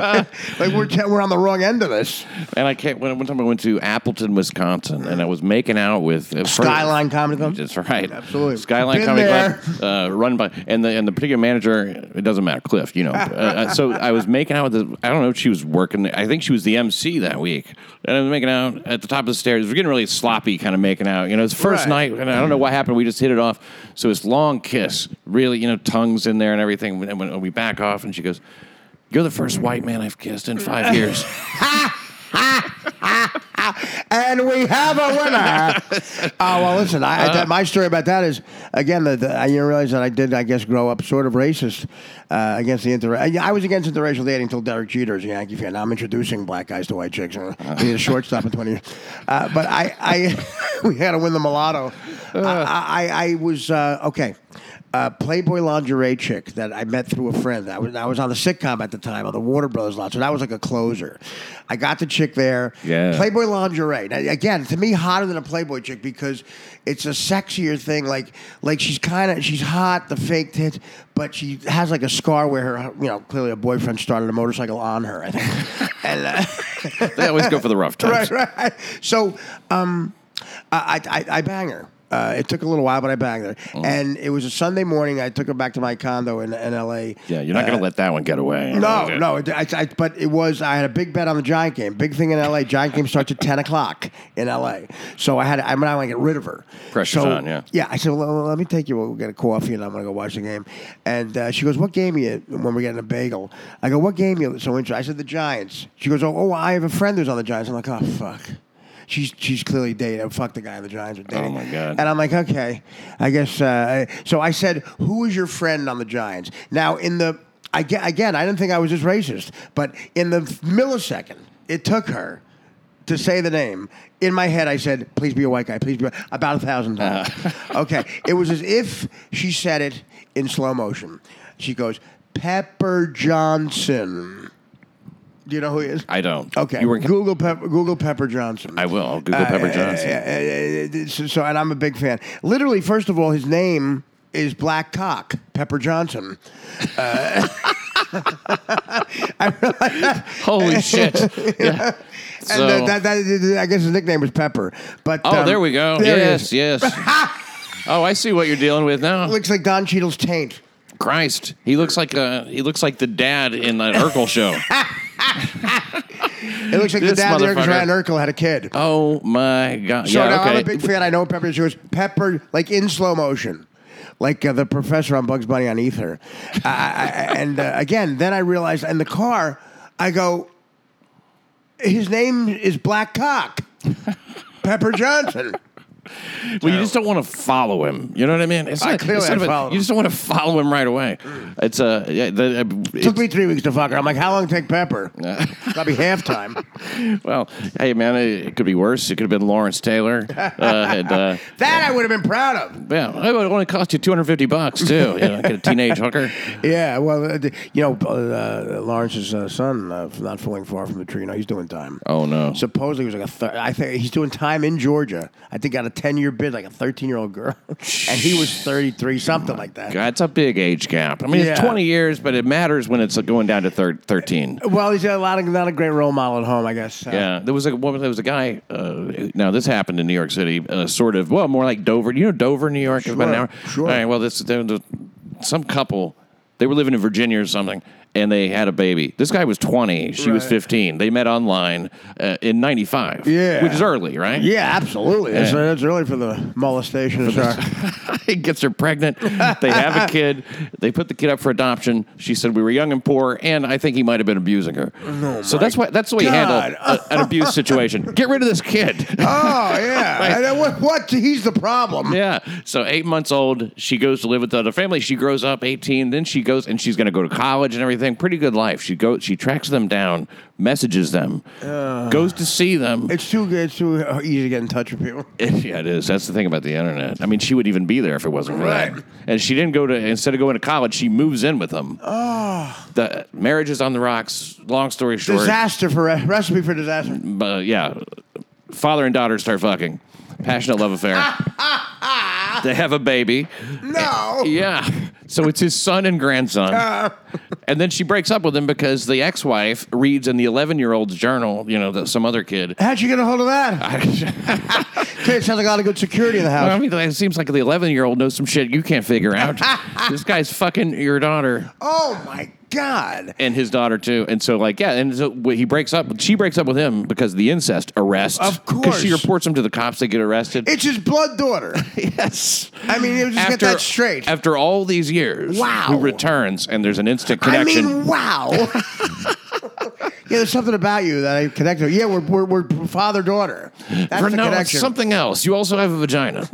Speaker 2: like, we're, te- we're on the wrong end of this.
Speaker 6: And I can't. One one time I went to Appleton, Wisconsin, and I was making out with uh,
Speaker 2: Skyline Comedy Club?
Speaker 6: That's right,
Speaker 2: Absolutely.
Speaker 6: Skyline
Speaker 2: Been
Speaker 6: Comedy
Speaker 2: there.
Speaker 6: Club, uh, run by and the and the particular manager. It doesn't matter, Cliff. You know. uh, so I was making out with. The, I don't know if she was working. I think she was the MC that week, and I was making out at the top of the stairs. We're getting really sloppy, kind of making out. You know, it's the first
Speaker 2: Right.
Speaker 6: night, and I don't know what happened. We just hit it off. So it's long kiss, really. You know, tongues in there and everything. And when we back off, and she goes. You're the first white man I've kissed in five years.
Speaker 2: and we have a winner. oh well, listen. I, I, that, my story about that is again. The, the, I didn't realize that I did. I guess grow up sort of racist uh, against the inter. I, I was against interracial dating until Derek Jeter is a Yankee fan. Now I'm introducing black guys to white chicks. Uh, He's a shortstop in 20 years. Uh, but I, I we had to win the mulatto. I, I, I was uh, okay. Uh, Playboy lingerie chick that I met through a friend. I was I was on the sitcom at the time on the Warner Brothers lot, so that was like a closer. I got the chick there.
Speaker 6: Yeah.
Speaker 2: Playboy lingerie. Now, again, to me, hotter than a Playboy chick because it's a sexier thing. Like like she's kind of she's hot, the fake tits, but she has like a scar where her you know clearly a boyfriend started a motorcycle on her. I think. and, uh,
Speaker 6: They always go for the rough times.
Speaker 2: right, right. So, um, I, I, I bang her. Uh, it took a little while, but I banged her.
Speaker 6: Oh.
Speaker 2: And it was a Sunday morning. I took her back to my condo in, in LA.
Speaker 6: Yeah, you're not going to let that one get away.
Speaker 2: Uh, No, no. It, I, I, but it was. I had a big bet on the Giant game. Big thing in LA. Giant game starts at ten o'clock in LA. So I had. I'm not going to get rid of her.
Speaker 6: Pressure's
Speaker 2: So-
Speaker 6: on, yeah.
Speaker 2: Yeah. I said, well, let me take you. We'll get a coffee, and I'm going to go watch the game. And uh, she goes, what game are you? When we're getting a bagel, I go, what game are you? So interested? I said, the Giants. She goes, oh, oh, I have a friend who's on the Giants. I'm like, oh, fuck. She's she's clearly dating. Fuck the guy on the Giants are dating.
Speaker 6: Oh my God.
Speaker 2: And I'm like, okay, I guess. Uh, I- so I said, who is your friend on the Giants? Now, in the I ge- again, I didn't think I was just racist, but in the millisecond it took her to say the name, in my head I said, please be a white guy, please be a- about a thousand times.
Speaker 6: Uh.
Speaker 2: okay, it was as if she said it in slow motion. She goes, Pepper Johnson. Do you know who he is?
Speaker 6: I don't.
Speaker 2: Okay.
Speaker 6: You were
Speaker 2: Google Pepper, Google Pepper Johnson.
Speaker 6: I will. I'll Google Pepper Johnson.
Speaker 2: Uh, uh, uh, so, so- and I'm a big fan. Literally, first of all, his name is Black Cock Pepper Johnson.
Speaker 6: Holy shit. Yeah.
Speaker 2: And
Speaker 6: So,
Speaker 2: uh, that, that- I guess his nickname was Pepper. But
Speaker 6: oh,
Speaker 2: um,
Speaker 6: there we go.
Speaker 2: there it
Speaker 6: yes,
Speaker 2: is.
Speaker 6: yes. oh, I see what you're dealing with now.
Speaker 2: Looks like Don Cheadle's taint.
Speaker 6: Christ, he looks like uh, he looks like the dad in that Urkel show.
Speaker 2: It looks like the
Speaker 6: This
Speaker 2: dad of the Urkel,
Speaker 6: motherfucker.
Speaker 2: Ryan Urkel had a big kid.
Speaker 6: Oh my god.
Speaker 2: So
Speaker 6: yeah.
Speaker 2: now
Speaker 6: okay.
Speaker 2: I'm a big fan. I know Pepper. She goes Pepper like in slow motion, like uh, the professor on Bugs Bunny on Ether. I- I- I- and uh, again, then I realized in the car, I go, his name is Black Cock, Pepper Johnson.
Speaker 6: Well, you just don't want to follow him. You know what I mean? It's
Speaker 2: I- clearly
Speaker 6: it's
Speaker 2: I
Speaker 6: about-
Speaker 2: followed
Speaker 6: You just don't want to follow him right away. It's a. Yeah, the, uh,
Speaker 2: It took me three weeks to fuck her. I'm like, how long take Pepper? That'll be halftime.
Speaker 6: well, hey man, it, it could be worse. It could have been Lawrence Taylor. Uh, and, uh,
Speaker 2: That I would have been proud of.
Speaker 6: yeah, it would only cost you two hundred fifty bucks too. You know, get a teenage hooker.
Speaker 2: Yeah, well, uh, the- you know, uh, Lawrence's uh, son, uh, not falling far from the tree. No, he's doing time.
Speaker 6: Oh no.
Speaker 2: Supposedly, he was like a. Thir- I think he's doing time in Georgia. I think got a ten-year bid, like a thirteen-year-old girl, and he was thirty-three, something like that.
Speaker 6: That's a big age gap. I mean, it's
Speaker 2: Yeah.
Speaker 6: 20 years, but it matters when it's going down to thir- 13.
Speaker 2: Well, he's a lot of not a great role model at home, I guess. Uh,
Speaker 6: Yeah, there was a woman. There was a guy. Uh, now this happened in New York City, uh, sort of. Well, more like Dover. You know Dover, New York, is about an
Speaker 2: Sure,
Speaker 6: hour.
Speaker 2: sure.
Speaker 6: All right. Well, this there, was some couple. They were living in Virginia or something, and they had a baby. This guy was 20. She was
Speaker 2: Right.
Speaker 6: 15. They met online uh, in '95.
Speaker 2: Yeah.
Speaker 6: which is early, right?
Speaker 2: yeah, absolutely. That's, that's really for the molestation. Sorry.
Speaker 6: he gets her pregnant. They have a kid. They put the kid up for adoption. She said we were young and poor, and I think he might have been abusing her. so that's why that's the way you handle
Speaker 2: Oh God.
Speaker 6: a- an abuse situation. Get rid of this kid.
Speaker 2: oh yeah,
Speaker 6: Right.
Speaker 2: And then what, what? He's the problem.
Speaker 6: Yeah. So eight months old, she goes to live with the other family. She grows up eighteen. Then she goes and she's going to go to college and everything. Pretty good life. She goes. She tracks them down, messages them, goes to see them.
Speaker 2: It's too good. It's too easy to get in touch with people.
Speaker 6: yeah, it is. That's the thing about the internet. I mean, she would even be there if it wasn't for
Speaker 2: Right.
Speaker 6: that. And she didn't go to. Instead of going to college, she moves in with them. Oh. The marriage is on the rocks. Long story short,
Speaker 2: Disaster for recipe for disaster.
Speaker 6: uh, yeah, father and daughter start fucking. Passionate love affair. they have a baby.
Speaker 2: No.
Speaker 6: Yeah. So it's his son and grandson. and then she breaks up with him because the ex wife reads in the 11 year old's journal, you know, that some other kid.
Speaker 2: How'd you get a hold of that? It sounds like a lot of good security in the house.
Speaker 6: I mean, it seems like the 11 year old knows some shit you can't figure out. this guy's fucking your daughter
Speaker 2: Oh my God!
Speaker 6: and his daughter, too. And so, like, yeah. And so wh- he breaks up. She breaks up with him because of the incest arrest.
Speaker 2: Of
Speaker 6: Because she
Speaker 2: course.
Speaker 6: reports him to the cops. They get arrested.
Speaker 2: It's his blood daughter.
Speaker 6: yes.
Speaker 2: I mean, you just get that straight.
Speaker 6: After all these years,
Speaker 2: Wow.
Speaker 6: who returns and there's an instant
Speaker 2: I
Speaker 6: connection.
Speaker 2: mean, wow. yeah, there's something about you that I connect with. Yeah, we're we're, we're father daughter. That's
Speaker 6: For
Speaker 2: the
Speaker 6: no, it's
Speaker 2: connection.
Speaker 6: something else. You also have a vagina.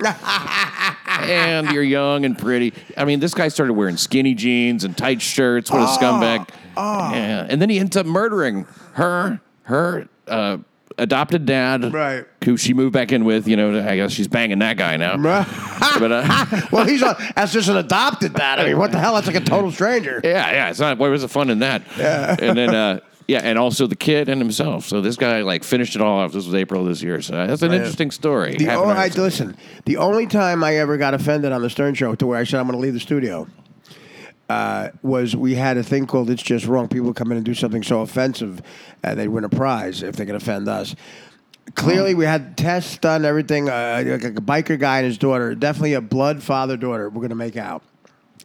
Speaker 6: and you're young and pretty. I mean, this guy started wearing skinny jeans and tight shirts.
Speaker 2: Ah,
Speaker 6: What a scumbag. Yeah. And then he ends up murdering her, her uh, adopted dad,
Speaker 2: Right.
Speaker 6: Who she moved back in with. You know, I guess she's banging that guy now. but uh,
Speaker 2: well, he's a, that's just an adopted dad. I mean, what the hell? That's like a total stranger.
Speaker 6: yeah, yeah, it's not. Where was the fun in that? Yeah. And then. uh yeah, and also the kid and himself. So this guy like finished it all off. This was April this year. So that's an interesting story.
Speaker 2: The
Speaker 6: Happened
Speaker 2: only,
Speaker 6: on-
Speaker 2: I, listen, the only time I ever got offended on the Stern Show to where I said I'm going to leave the studio uh, was we had a thing called "It's Just Wrong." People come in and do something so offensive, and they win a prize if they can offend us. Clearly, we had tests done, everything. Uh, like a biker guy and his daughter, definitely a blood father daughter. We're going to make out.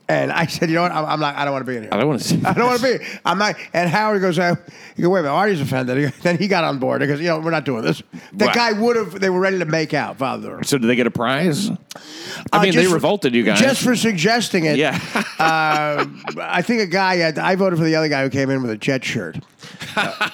Speaker 2: And I said, you know what? I'm, I'm not. I don't want to be in here.
Speaker 6: I don't want to see.
Speaker 2: I don't want to be. I'm not. And Howard goes, oh, he goes, wait a minute, Artie's offended. He- Then he got on board because, you know, we're not doing this. The
Speaker 6: Right.
Speaker 2: guy would have, they were ready to make out, father.
Speaker 6: So did they get a prize? I
Speaker 2: Uh,
Speaker 6: mean, they
Speaker 2: just-
Speaker 6: revolted you guys.
Speaker 2: Just for suggesting it.
Speaker 6: yeah.
Speaker 2: Uh, I think a guy, had, I voted for the other guy who came in with a jet shirt. Uh,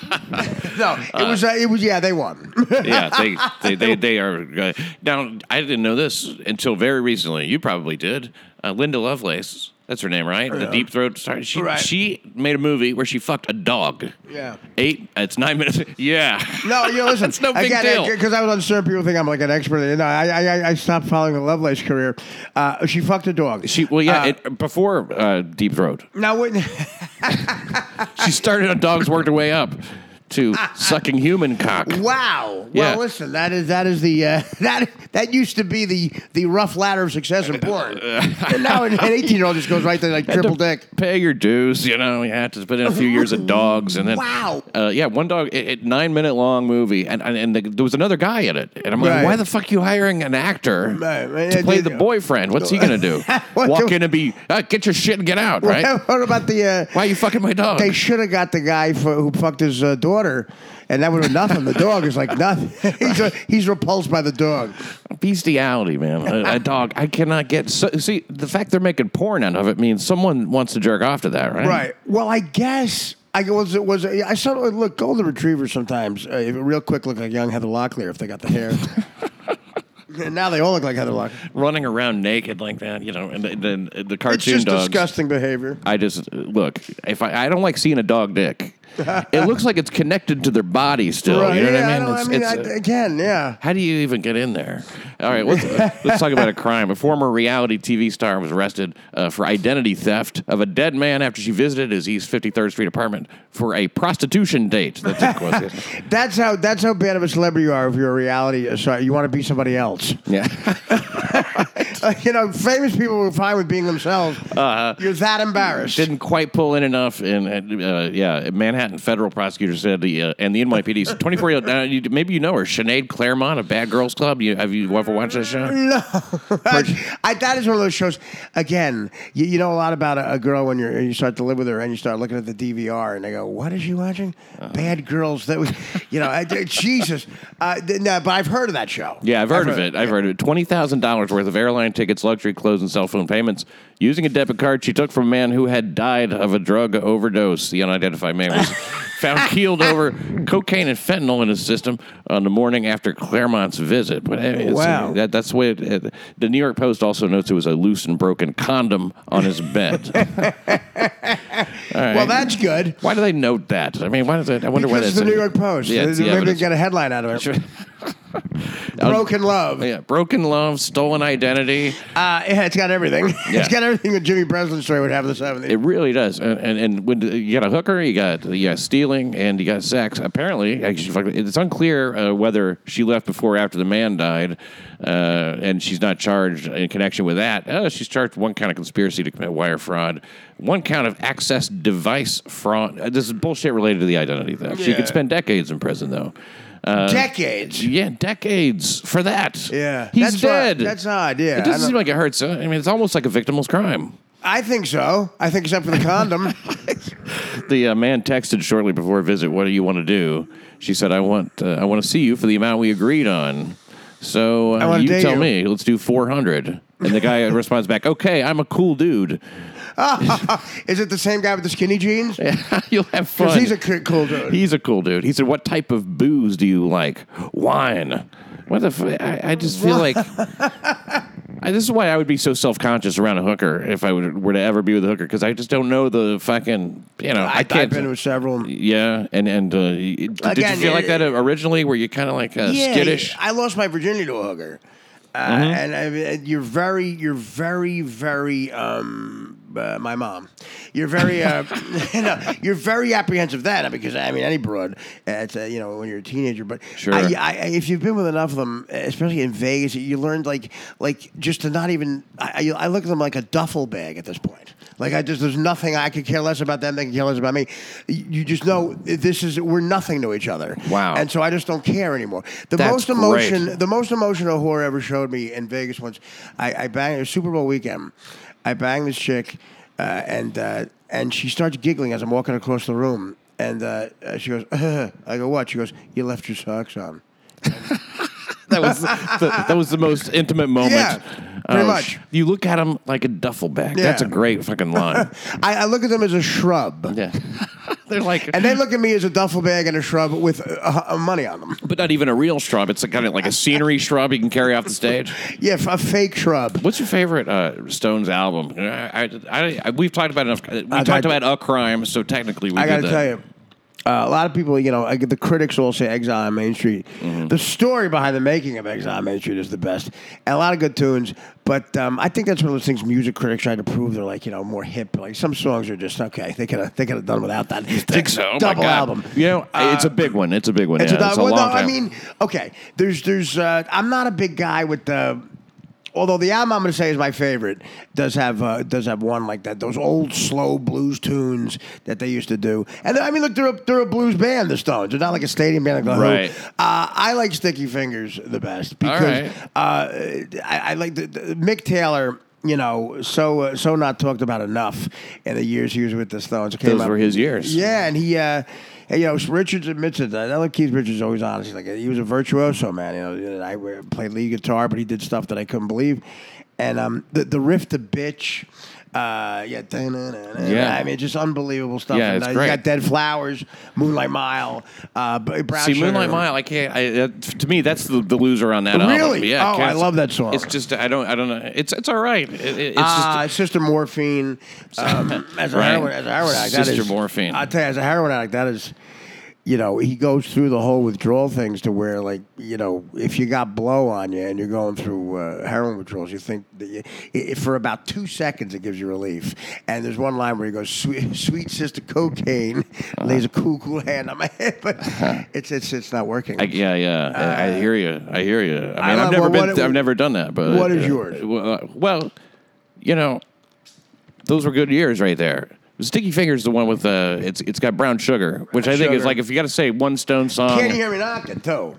Speaker 2: no, it was, uh, it was, yeah, they won.
Speaker 6: yeah, they they they, they are. Uh, now I didn't know this until very recently. You probably did. Uh, Linda Lovelace, that's her name, right? The deep throat. Sorry, she
Speaker 2: Right.
Speaker 6: she made a movie where she fucked a dog.
Speaker 2: Yeah.
Speaker 6: Eight. It's nine minutes. Yeah.
Speaker 2: No, you know, listen.
Speaker 6: That's no big deal.
Speaker 2: Because I was on certain people think I'm like an expert. And I, I, I- I stopped following the Lovelace career. Uh, she fucked a dog.
Speaker 6: She well yeah
Speaker 2: Uh,
Speaker 6: it, before uh, deep throat
Speaker 2: now, wouldn't.
Speaker 6: she started on dogs worked her way up to sucking human cock.
Speaker 2: Wow.
Speaker 6: Yeah.
Speaker 2: Well, listen, that is that is the uh, that that used to be the the rough ladder of success in porn. and now an eighteen year old just goes right there like triple dick.
Speaker 6: pay your dues. You know, you had to spend a few years at dogs, and then
Speaker 2: Wow.
Speaker 6: uh, yeah, one dog, it, it- nine minute long movie, and and, and the, there was another guy in it, and I'm like,
Speaker 2: Right.
Speaker 6: why the fuck you hiring an actor
Speaker 2: Right, right,
Speaker 6: to
Speaker 2: it
Speaker 6: play
Speaker 2: did-
Speaker 6: the boyfriend? What's he gonna do?
Speaker 2: What
Speaker 6: Walk
Speaker 2: do-
Speaker 6: in and be uh, get your shit and get out, right?
Speaker 2: what about the? Uh,
Speaker 6: Why are you fucking my dog?
Speaker 2: They should have got the guy for, who fucked his uh, daughter, and that would have been nothing. The dog is like nothing. he's, uh he's repulsed by the dog.
Speaker 6: Bestiality, man. A, a dog. I cannot get. So, see, the fact they're making porn out of it means someone wants to jerk off to that, right?
Speaker 2: Right. Well, I guess I was it was I saw look golden retrievers sometimes uh, real quick look like young Heather Locklear if they got the hair. And now they all look like Heather Locklear.
Speaker 6: Running around naked like that, you know, and then the, the cartoon
Speaker 2: It's just
Speaker 6: dogs.
Speaker 2: disgusting behavior.
Speaker 6: I just look if I, I don't like seeing a dog dick. it looks like it's connected to their body still. You know
Speaker 2: yeah,
Speaker 6: what I
Speaker 2: don't-
Speaker 6: mean? It's-
Speaker 2: I
Speaker 6: it's,
Speaker 2: mean,
Speaker 6: uh,
Speaker 2: I- again, yeah.
Speaker 6: how do you even get in there? All right, let's, let's talk about a crime. A former reality TV star was arrested uh, for identity theft of a dead man after she visited his East 53rd Street apartment for a prostitution date. That's it, was it.
Speaker 2: That's how that's how bad of a celebrity you are if you're a reality. Sorry, you want to be somebody else.
Speaker 6: yeah.
Speaker 2: Uh, you know, famous people were fine with being themselves. you're that embarrassed.
Speaker 6: Uh-huh. didn't quite pull in enough, and uh, yeah, Manhattan federal prosecutor said the uh, and the NYPD's 24 year old. Now, uh, you, maybe you know her, Sinead Claremont of Bad Girls Club. You, have you ever watched that show? No.
Speaker 2: I, I- that is one of those shows. Again, you, you know a lot about a, a girl when you're, you start to live with her and you start looking at the DVR and they go, "What is she watching?
Speaker 6: Uh-huh.
Speaker 2: Bad Girls." That was, you know, I, Jesus. Uh, th- no, but I've heard of that show.
Speaker 6: Yeah, I've heard of it. I've heard of it. Twenty thousand dollars worth of airline tickets, luxury clothes, and cell phone payments using a debit card she took from a man who had died of a drug overdose. The unidentified man was found keeled over cocaine and fentanyl in his system on the morning after Claremont's visit. But hey, it's- uh,
Speaker 2: Wow.
Speaker 6: that, that's the way. It, it- the New York Post also notes it was a loose and broken condom on his bed. All right.
Speaker 2: Well, that's good.
Speaker 6: why do they note that? I mean, why does it? I wonder why
Speaker 2: Because
Speaker 6: that's
Speaker 2: the New York Post.
Speaker 6: Yeah, it's the
Speaker 2: Maybe they
Speaker 6: evidence.
Speaker 2: get a headline out of it. Broken love.
Speaker 6: Yeah, broken love, stolen identity.
Speaker 2: Uh, yeah, it's got everything.
Speaker 6: Yeah.
Speaker 2: it's got everything that Jimmy Breslin story would have in the
Speaker 6: It
Speaker 2: seventies.
Speaker 6: really does, and and, and when you got a hooker, you got you got stealing, and you got sex. Apparently, like, she fucking- it's unclear uh, whether she left before or after the man died, uh, and she's not charged in connection with that. Uh, she's charged with one count of conspiracy to commit wire fraud, one count of access device fraud. Uh, this is bullshit related to the identity theft. She
Speaker 2: Yeah.
Speaker 6: could spend decades in prison though. Uh,
Speaker 2: Decades.
Speaker 6: yeah, decades for that.
Speaker 2: Yeah,
Speaker 6: he's
Speaker 2: that's
Speaker 6: dead.
Speaker 2: Odd. That's odd. Yeah,
Speaker 6: It
Speaker 2: I
Speaker 6: doesn't
Speaker 2: don't-
Speaker 6: seem like it hurts. huh? I mean, it's almost like a victimless crime.
Speaker 2: I think so. I think except for the condom.
Speaker 6: The uh, man texted shortly before a visit, "What do you want to do?" She said, "I want uh, I want to see you for the amount we agreed on." So
Speaker 2: I
Speaker 6: uh,
Speaker 2: wanna
Speaker 6: you
Speaker 2: date
Speaker 6: tell
Speaker 2: you.
Speaker 6: me, let's do 400. And the guy responds back, "Okay, I'm a cool dude.
Speaker 2: Is it the same guy with the skinny jeans?
Speaker 6: You'll have
Speaker 2: Because
Speaker 6: fun."
Speaker 2: he's a c- cool dude.
Speaker 6: He's a cool dude. He said, "What type of booze do you like? Wine." What the? F- I, I just feel like I, this is why I would be so self conscious around a hooker if I would, were to ever be with a hooker because I just don't know the fucking you know I,
Speaker 2: I, have
Speaker 6: can't.
Speaker 2: been with several.
Speaker 6: yeah, and and uh, y- did, did you
Speaker 2: Again, uh,
Speaker 6: feel like
Speaker 2: it-
Speaker 6: that originally? Were you kind of like uh, skittish? Mm-hmm.
Speaker 2: I lost my virginity to a hooker, uh, and I, and you're very, you're very, very. Um, uh, my mom, you're very, uh, no, you're very apprehensive of that because I mean any broad, uh, it's uh, you know when you're a teenager, but
Speaker 6: Sure.
Speaker 2: I, I, I- if you've been with enough of them, especially in Vegas, you learned like like just to not even. I, I I look at them like a duffel bag at this point. Like I just there's nothing I could care less about them. They can care less about me. You just know this is we're nothing to each other.
Speaker 6: Wow.
Speaker 2: And so I just don't care anymore. The
Speaker 6: That's
Speaker 2: most emotion, the most emotion a whore ever showed me in Vegas once. I, I banged it was Super Bowl weekend. I banged this chick, uh, and uh, and she starts giggling as I'm walking across the room, and uh, uh, she goes, I go, what? She goes, you left your socks on.
Speaker 6: that was the, that was the most intimate moment.
Speaker 2: Yeah, pretty
Speaker 6: Oh,
Speaker 2: much.
Speaker 6: sh- You look at him like a duffel bag.
Speaker 2: Yeah.
Speaker 6: That's a great fucking line.
Speaker 2: I, I look at them as a shrub.
Speaker 6: yeah, they're like,
Speaker 2: And they look at me as a duffel bag and a shrub with uh, uh, money on them.
Speaker 6: but not even a real shrub. It's a kind of like a scenery shrub you can carry off the stage.
Speaker 2: Yeah, f- a fake shrub.
Speaker 6: What's your favorite uh, Stones album? I, I, I, we've talked about enough. uh, We
Speaker 2: I-
Speaker 6: talked
Speaker 2: I-
Speaker 6: about a crime, so technically we.
Speaker 2: I got
Speaker 6: did
Speaker 2: to
Speaker 6: that.
Speaker 2: tell you, uh, a lot of people, you know, I get- the critics all say Exile on Main Street.
Speaker 6: Mm-hmm.
Speaker 2: The story behind the making of Exile on Main Street is the best. And a lot of good tunes, but um, I think that's one of those things music critics try to prove. They're like, you know, more hip. Like some songs are just okay. They could have they could have done without that.
Speaker 6: Think so? Oh my
Speaker 2: Double
Speaker 6: God.
Speaker 2: album. Uh,
Speaker 6: You know, it's a big one. It's a big one.
Speaker 2: It's
Speaker 6: yeah,
Speaker 2: about-
Speaker 6: it's a
Speaker 2: well, no,
Speaker 6: long time.
Speaker 2: I mean, okay. There's, there's. Uh, I'm not a big guy with the. Although the album I'm going to say is my favorite does have uh, does have one like that those old slow blues tunes that they used to do and I mean look they're a, they're a blues band the Stones they're not like a stadium band like the Who.
Speaker 6: Right.
Speaker 2: Uh, I like Sticky Fingers the best because
Speaker 6: right.
Speaker 2: uh, I, I like the, the, Mick Taylor you know so uh, so not talked about enough in the years he was with the Stones It came
Speaker 6: those
Speaker 2: up-
Speaker 6: were his years.
Speaker 2: yeah, and he, uh, and, you know, Richards admits it. I know Keith Richards is always honest. He's like he was a virtuoso man. You know, I played lead guitar, but he did stuff that I couldn't believe. And um, the the riff, the bitch, uh, yeah,
Speaker 6: Yeah.
Speaker 2: yeah. I mean, just unbelievable stuff.
Speaker 6: Yeah,
Speaker 2: and,
Speaker 6: it's
Speaker 2: uh,
Speaker 6: great.
Speaker 2: You got Dead Flowers, Moonlight Mile, uh, B- Brown
Speaker 6: See,
Speaker 2: Sugar.
Speaker 6: Moonlight Mile, I can't. I, uh, to me, that's the, the loser on that album.
Speaker 2: Really?
Speaker 6: Yeah.
Speaker 2: Oh, I
Speaker 6: it's-
Speaker 2: love that song.
Speaker 6: It's just I don't I don't know. It's it's all right. It- it- it's
Speaker 2: Ah,
Speaker 6: just
Speaker 2: Sister Morphine. Um, as, a
Speaker 6: Right.
Speaker 2: heroin, as a heroin addict, that
Speaker 6: Sister
Speaker 2: is-
Speaker 6: Morphine.
Speaker 2: I tell you, as a heroin addict, that is, you know, he goes through the whole withdrawal things to where, like, you know, if you got blow on you and you're going through uh, heroin withdrawals, you think that you, i- for about two seconds it gives you relief. And there's one line where he goes, "Sweet, sweet sister, cocaine lays a cool, cool hand on my head," but it's it's it's not working.
Speaker 6: Uh-huh. I, yeah, yeah. I, I hear you. I hear you. I mean,
Speaker 2: uh,
Speaker 6: I
Speaker 2: I
Speaker 6: have
Speaker 2: love-
Speaker 6: never
Speaker 2: well,
Speaker 6: been.
Speaker 2: what-
Speaker 6: th- I've never done that. But
Speaker 2: what is
Speaker 6: uh,
Speaker 2: yours?
Speaker 6: Well, uh, well, you know, those were good years right there. Sticky Fingers, the one with uh, it's it's got brown sugar, which I think is
Speaker 2: Sugar.
Speaker 6: like if you got to say one Stone song,
Speaker 2: Can't you hear me knocking too?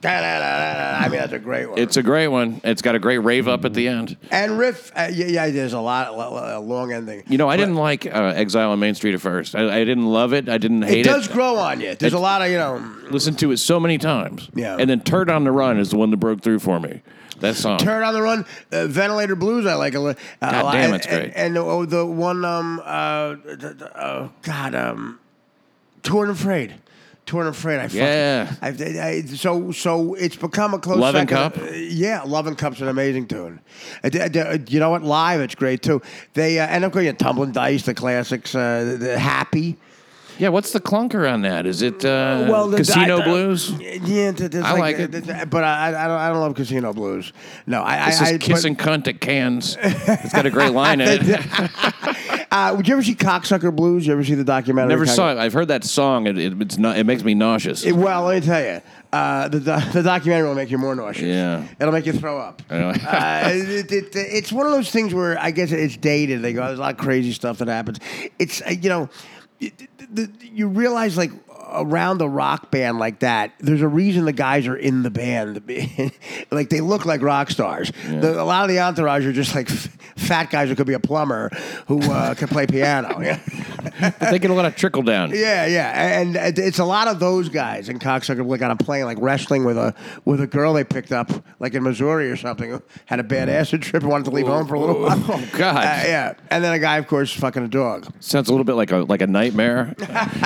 Speaker 2: Da-da-da-da-da. I mean, that's a great one.
Speaker 6: it's a great one. It's got a great rave up at the end.
Speaker 2: And riff, uh, yeah, yeah, there's a lot, a lo- a long ending.
Speaker 6: You know, I didn't like uh, Exile on Main Street at first. I, I didn't love it. I didn't hate
Speaker 2: It
Speaker 6: it.
Speaker 2: does grow on you. There's
Speaker 6: It-
Speaker 2: a lot of you know,
Speaker 6: Listened to it so many times.
Speaker 2: Yeah.
Speaker 6: And then Turd on the Run is the one that broke through for me. That song.
Speaker 2: turn on the run, uh, ventilator blues. I like a little. Uh,
Speaker 6: God
Speaker 2: a lot.
Speaker 6: damn,
Speaker 2: and,
Speaker 6: it's great.
Speaker 2: And, and oh, the one, um, uh, th- th- oh God, um, torn and afraid, torn and afraid. I fucking,
Speaker 6: Yeah.
Speaker 2: I've, I, I- so so it's become a close.
Speaker 6: Love and
Speaker 2: second.
Speaker 6: Cup?
Speaker 2: Uh, yeah, Love and Cup's an amazing tune. Uh, d- d- uh, you know what? Live, it's great too. They uh, and of course, yeah, Tumbling Dice, the classics, uh, the, the Happy.
Speaker 6: Yeah, what's the clunker on that? Is it uh,
Speaker 2: well, the,
Speaker 6: Casino
Speaker 2: I- I-
Speaker 6: Blues?
Speaker 2: Yeah, it's, it's
Speaker 6: I like
Speaker 2: like,
Speaker 6: it.
Speaker 2: it, but I, I don't. I don't love Casino Blues. No, I.
Speaker 6: It's
Speaker 2: I,
Speaker 6: just
Speaker 2: I,
Speaker 6: kissing cunt at cans. It's got a great line in it.
Speaker 2: But, uh, would you ever see Cocksucker Blues? You ever see the documentary?
Speaker 6: Never
Speaker 2: Cock-
Speaker 6: saw it. I've heard that song. It, it, it's not, it makes me nauseous.
Speaker 2: It- well, let me tell you, uh, the, the the documentary will make you more nauseous.
Speaker 6: Yeah.
Speaker 2: it'll make you throw up.
Speaker 6: know.
Speaker 2: uh, it, it, it's one of those things where I guess it's dated. They go, there's a lot of crazy stuff that happens. It's uh, you know, it, the, the- you realize like around a rock band like that, there's a reason the guys are in the band. like they look like rock stars. The, a lot of the entourage are just like f- fat guys who could be a plumber who uh, can play piano. Yeah.
Speaker 6: But they get a lot of trickle down.
Speaker 2: Yeah, yeah, and and it's a lot of those guys in cocksucker like on a plane, like wrestling with a with a girl they picked up, like in Missouri or something, who had a bad acid trip and wanted to leave home for a little while.
Speaker 6: Oh, God.
Speaker 2: Uh, yeah, and then a guy, of course, fucking a dog.
Speaker 6: Sounds a little bit like a like a nightmare.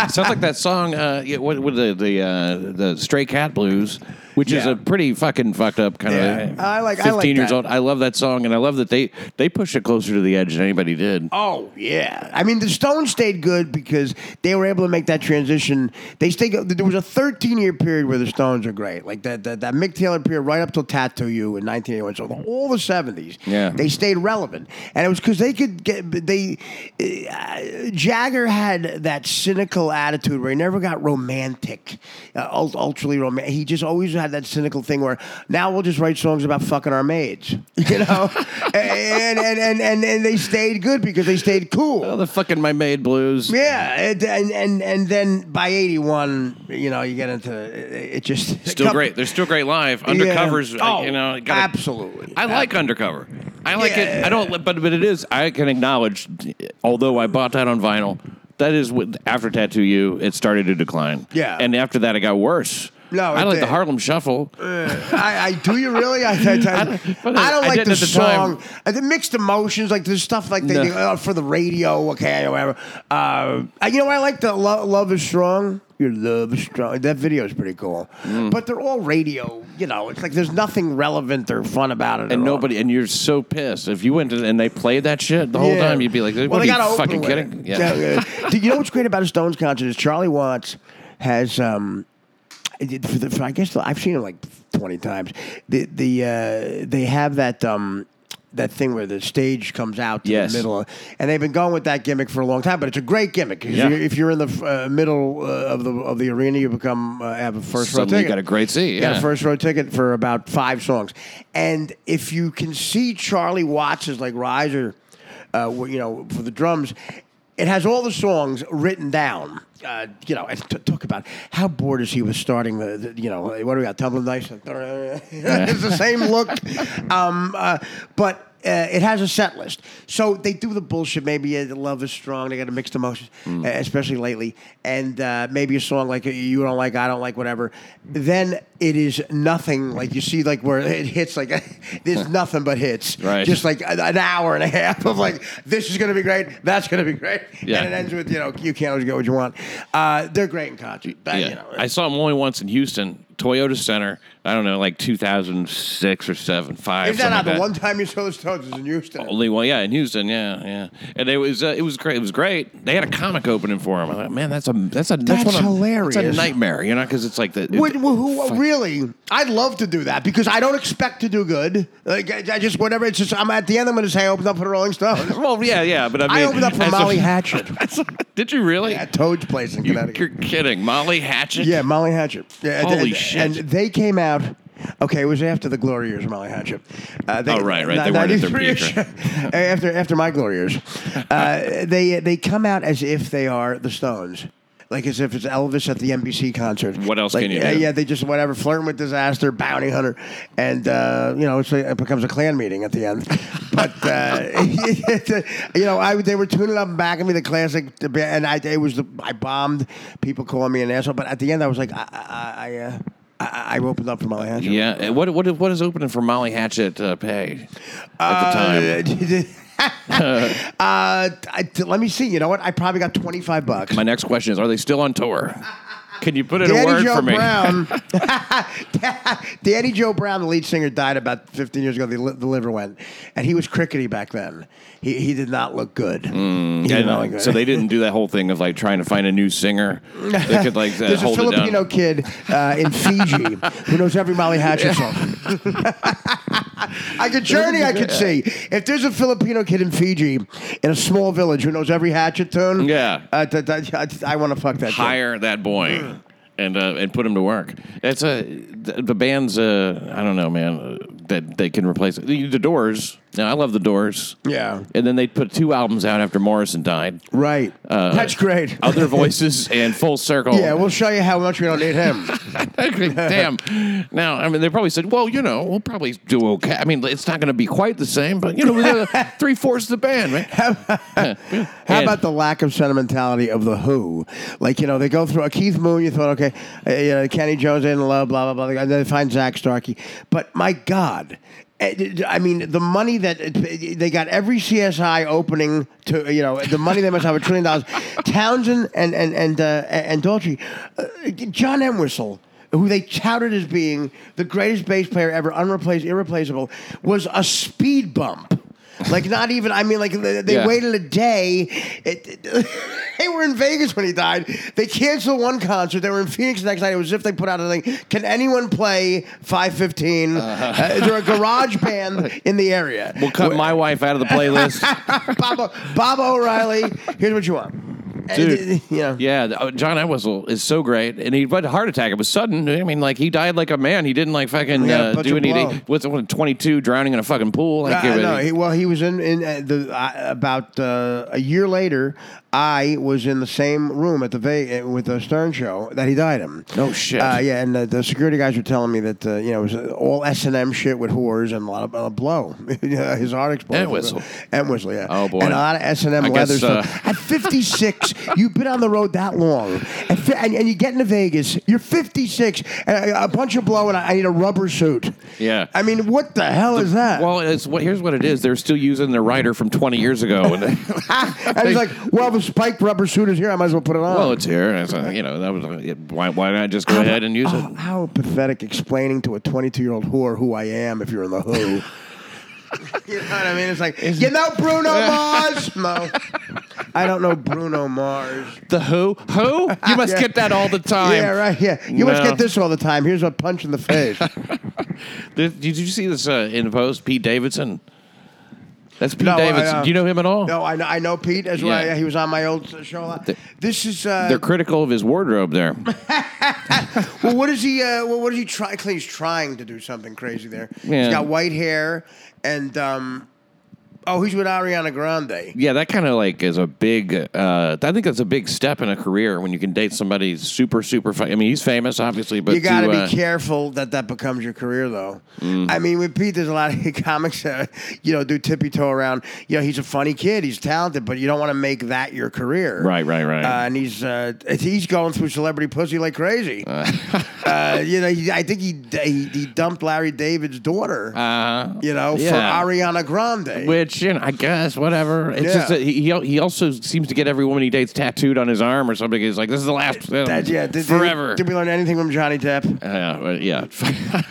Speaker 6: Sounds like that song. Uh, yeah, what, what the the uh, the Stray Cat Blues. which is
Speaker 2: Yeah.
Speaker 6: a pretty fucking fucked up kind of.
Speaker 2: Yeah. I like- I like
Speaker 6: Fifteen years
Speaker 2: that.
Speaker 6: old. I love that song, and I love that they they pushed it closer to the edge than anybody did.
Speaker 2: Oh yeah, I mean the Stones stayed good because they were able to make that transition. They stayed. good. There was a 13 year period where the Stones are great, like that that, that Mick Taylor period right up till Tattoo You in 1981. So the- all the 70s,
Speaker 6: Yeah.
Speaker 2: they stayed relevant, and it was because they could get they. Uh, Jagger had that cynical attitude where he never got romantic, uh, ult- ultraly romantic. He just always had that cynical thing where now we'll just write songs about fucking our maids, you know, and, and, and and and they stayed good because they stayed cool.
Speaker 6: Oh, the fucking my maid blues.
Speaker 2: Yeah, it, and and and then by eighty one, you know, you get into it. Just
Speaker 6: Still great. They're still great live. Undercovers.
Speaker 2: Yeah.
Speaker 6: uh,
Speaker 2: Oh,
Speaker 6: you know, you gotta-
Speaker 2: absolutely.
Speaker 6: I like undercover. I like it. I don't. But but it is. I can acknowledge. Although I bought that on vinyl, that is what after Tattoo You, it started to decline.
Speaker 2: Yeah.
Speaker 6: And after that, it got worse.
Speaker 2: No, it
Speaker 6: I like the
Speaker 2: did.
Speaker 6: Harlem Shuffle.
Speaker 2: I, I do you really? I, I, I,
Speaker 6: but
Speaker 2: I don't
Speaker 6: I
Speaker 2: like
Speaker 6: didn't
Speaker 2: the,
Speaker 6: at the time.
Speaker 2: song. Uh, The mixed emotions, like there's stuff like they
Speaker 6: No.
Speaker 2: do uh, for the radio. Okay, whatever. Uh, uh, you know, I like the Lo- love is strong. Your love is strong. That video is pretty cool,
Speaker 6: Mm.
Speaker 2: but they're all radio. You know, it's like there's nothing relevant or fun about it. at all.
Speaker 6: And nobody, and you're so pissed. If you went to, and they played that shit the whole
Speaker 2: Yeah.
Speaker 6: time, you'd be like,
Speaker 2: Well,
Speaker 6: "What
Speaker 2: they
Speaker 6: are
Speaker 2: gotta
Speaker 6: you
Speaker 2: open
Speaker 6: fucking
Speaker 2: with
Speaker 6: kidding?"
Speaker 2: it. Yeah, yeah. you know what's great about a Stones concert is Charlie Watts has. Um, it- for the, for, I guess I've seen him like twenty times. The the uh, they have that um, that thing where the stage comes out to
Speaker 6: Yes.
Speaker 2: the middle, of- and they've been going with that gimmick for a long time. But it's a great gimmick 'cause
Speaker 6: Yeah.
Speaker 2: you- if you're in the uh, middle uh, of the of the arena, you become uh, have a first row
Speaker 6: Suddenly you
Speaker 2: ticket.
Speaker 6: got a great seat.
Speaker 2: You got
Speaker 6: yeah.
Speaker 2: a first row ticket for about five songs. And if you can see Charlie Watts's like riser, uh, wh- you know, for the drums, it has all the songs written down. Uh, you know, and t- talk about how bored is he with starting the, the- you know, what do we got? Tumbling dice. it's the same look. Um, uh, but uh, it has a set list. So they do the bullshit. Maybe uh, the love is strong. They got a mixed emotions,
Speaker 6: Hmm.
Speaker 2: uh, especially lately. And uh, maybe a song like uh, you don't like, I don't like, whatever. Then it is nothing. Like you see, like where it hits, like there's nothing but hits.
Speaker 6: Right.
Speaker 2: Just like a- an hour and a half of like this is gonna be great, that's gonna be great,
Speaker 6: Yeah.
Speaker 2: and it ends with you know you can't always get what you want. Uh, they're great in concert. But,
Speaker 6: Yeah.
Speaker 2: You know,
Speaker 6: I saw him only once in Houston, Toyota Center. I don't know, like 2006 or seven, five.
Speaker 2: is that
Speaker 6: something Oh,
Speaker 2: not
Speaker 6: like
Speaker 2: the one time you saw the Stones is in Houston?
Speaker 6: Only one, yeah, in Houston, yeah, yeah. And it was uh, it was great. It was great. They had a comic opening for him. I thought, man, that's a that's a that's,
Speaker 2: That's
Speaker 6: one of-
Speaker 2: hilarious.
Speaker 6: It's a nightmare, you know, because it's like the it-
Speaker 2: Would, who, who- really? I'd love to do that because I don't expect to do good. Like I, I just whatever. It's just I'm at the end. I'm going to say I opened up for the Rolling Stones.
Speaker 6: Well, yeah, yeah, but I mean,
Speaker 2: I opened up for
Speaker 6: as a-
Speaker 2: Molly Hatchet
Speaker 6: Did you really?
Speaker 2: at Toad's place in
Speaker 6: you,
Speaker 2: Connecticut.
Speaker 6: are kidding, Molly Hatchet.
Speaker 2: Yeah, Molly Hatchet. Yeah, and-
Speaker 6: Holy
Speaker 2: and,
Speaker 6: shit.
Speaker 2: And they came out. Okay, it was after the glory years, of Molly Hatchet. Uh, they,
Speaker 6: Oh, right, right, they
Speaker 2: ni-
Speaker 6: weren't at their
Speaker 2: 93
Speaker 6: peak,
Speaker 2: after after my glory years, uh, they they come out as if they are the Stones. Like as if it's Elvis at the NBC concert.
Speaker 6: What else
Speaker 2: Like,
Speaker 6: can you
Speaker 2: yeah,
Speaker 6: do?
Speaker 2: Yeah, they just whatever flirting with disaster, bounty hunter, and uh, you know it's like, it becomes a clan meeting at the end. But uh, you know, I they were tuning up and backing me the classic, and I it was the, I bombed people calling me an asshole. But at the end, I was like, I I, I, uh, I, I opened up for my hand.
Speaker 6: Yeah, and What what what is opening for Molly Hatchet uh, pay at the time?
Speaker 2: uh, I- let me see. You know what? I probably got twenty five bucks.
Speaker 6: My next question is: Are they still on tour? Can you put in a
Speaker 2: Danny
Speaker 6: word
Speaker 2: Joe
Speaker 6: for me?
Speaker 2: Brown. Danny Joe Brown, the lead singer, died about 15 years ago. The, li- the liver went, and he was crickety back then. He, he did not look good. He
Speaker 6: Mm, Yeah,
Speaker 2: did
Speaker 6: no,
Speaker 2: not look good.
Speaker 6: so they didn't do that whole thing of like trying to find a new singer. They could like uh,
Speaker 2: There's a
Speaker 6: hold it down.
Speaker 2: Filipino kid uh, in Fiji who knows every Molly Hatchet song. I could journey. I could see if there's a Filipino kid in Fiji in a small village who knows every Hatchet tune.
Speaker 6: Yeah.
Speaker 2: uh, th- th- I, want to fuck that. kid.
Speaker 6: hire that
Speaker 2: Mm.
Speaker 6: boy and uh, and put him to work. That's a the, the band's. Uh, I don't know, man. uh, That they can replace the, the Doors. Now I love the Doors.
Speaker 2: Yeah.
Speaker 6: and then they put two albums out after Morrison died.
Speaker 2: Right.
Speaker 6: Uh,
Speaker 2: That's great.
Speaker 6: Other voices and Full Circle.
Speaker 2: Yeah, we'll show you how much we don't need him.
Speaker 6: damn. Now, I mean, they probably said, "Well, you know, we'll probably do okay." I mean, it's not going to be quite the same, but you know, three fourths of the band, right?
Speaker 2: How about the lack of sentimentality of the Who? Like you know, they go through a Keith Moon. You thought, okay, uh, you know, Kenny Jones in love, blah blah blah. And then they find Zach Starkey. But my God, eh, I mean, the money that uh, they got every CSI opening to uh, you know the money they must have a trillion dollars. Townsend and and and uh, and Daltrey, uh, John Entwistle. who they touted as being the greatest bass player ever, unreplaced, irreplaceable, was a speed bump. Like not even I mean like they, they
Speaker 1: Yeah.
Speaker 2: waited a day. It, it- they were in Vegas when he died. They canceled one concert. They were in Phoenix the next night. It was as if they put out a thing. Can anyone play 515? Uh, is there a garage band in the area?
Speaker 6: We'll cut my wife out of the playlist.
Speaker 2: Bob, Bob O'Reilly. Here's what you want, Uh,
Speaker 6: Dude.
Speaker 2: You know.
Speaker 6: Yeah, the- oh, John Entwistle is so great, and he had a heart attack. It was sudden. I mean, like he died like a man. He didn't like fucking
Speaker 2: Yeah,
Speaker 6: uh,
Speaker 2: punch
Speaker 6: do
Speaker 2: and
Speaker 6: anything.
Speaker 2: blow.
Speaker 6: What's it? what, Twenty-two, drowning in a fucking pool. Like,
Speaker 2: Uh,
Speaker 6: it-
Speaker 2: no, he, well, he was in, in uh, the uh, about uh, a year later. I was in the same room at the Ve- uh, with the Stern show that he died in.
Speaker 6: No shit.
Speaker 2: Uh, yeah, and the, the security guys were telling me that uh, you know it was uh, all S and M shit with whores and a lot of uh, blow. Yeah, His heart exploded.
Speaker 6: Entwistle.
Speaker 2: Entwistle, yeah.
Speaker 6: Oh, boy.
Speaker 2: And a lot of S and
Speaker 6: I
Speaker 2: M
Speaker 6: guess,
Speaker 2: leather stuff.
Speaker 6: uh,
Speaker 2: At 56, you've been on the road that long, and, fi- and, and you get into Vegas. You're 56, and uh, a, a bunch of blow, and I, I need a rubber suit.
Speaker 6: Yeah.
Speaker 2: I mean, what the hell is that?
Speaker 6: Well, it's what here's what it is. They're still using the writer from 20 years ago. And
Speaker 2: And he's like, well, the spiked rubber suit is here. I might as well put it on.
Speaker 6: well, it's here. And it's, uh, you know, that was it, why, why not just go ahead and use
Speaker 2: Oh,
Speaker 6: it?
Speaker 2: how pathetic explaining to a 22 year old whore who I am if you're in the who. you know what I mean? It's like, you know Bruno Mars? No. I don't know Bruno Mars.
Speaker 6: The who? Who? You must
Speaker 2: Yeah.
Speaker 6: get that all the time.
Speaker 2: Yeah, right. Yeah. You must
Speaker 6: No.
Speaker 2: get this all the time. Here's a punch in the face.
Speaker 6: Did, did you see this uh, in the post? Pete Davidson. That's Pete
Speaker 2: No, I,
Speaker 6: Davidson.
Speaker 2: uh,
Speaker 6: Do you know him at all?
Speaker 2: no, I know, I know Pete as well.
Speaker 6: Yeah.
Speaker 2: Yeah, he was on my old show a lot. This is.
Speaker 6: They're
Speaker 2: Uh,
Speaker 6: critical of his wardrobe there.
Speaker 2: well, what is he? Uh, well, what is he trying? He's trying to do something crazy there.
Speaker 6: Yeah.
Speaker 2: He's got white hair, and um, oh, he's with Ariana Grande.
Speaker 6: yeah, that kind of like is a big. Uh, I think that's a big step in a career when you can date somebody super, super. Fa- I mean, he's famous, obviously, but
Speaker 2: you got to
Speaker 6: to, uh, Mm.
Speaker 2: be careful that that becomes your career, though. I mean, with Pete, there's a lot of comics that you know do tippy toe around. You know, he's a funny kid, he's talented, but you don't want to make that your career.
Speaker 6: Right, right, right.
Speaker 2: Uh, and he's uh, he's going through celebrity pussy like crazy. Uh. you know, he, I think he, he he dumped Larry David's daughter.
Speaker 6: uh,
Speaker 2: you know,
Speaker 6: yeah.
Speaker 2: for Ariana Grande.
Speaker 6: Which you know, I guess whatever. It's
Speaker 2: Yeah.
Speaker 6: just that he he- he also seems to get every woman he dates tattooed on his arm or something. He's like, this is the last uh,
Speaker 2: That- yeah, did,
Speaker 6: forever.
Speaker 2: Did, did we learn anything from Johnny Depp?
Speaker 6: Uh, well, yeah,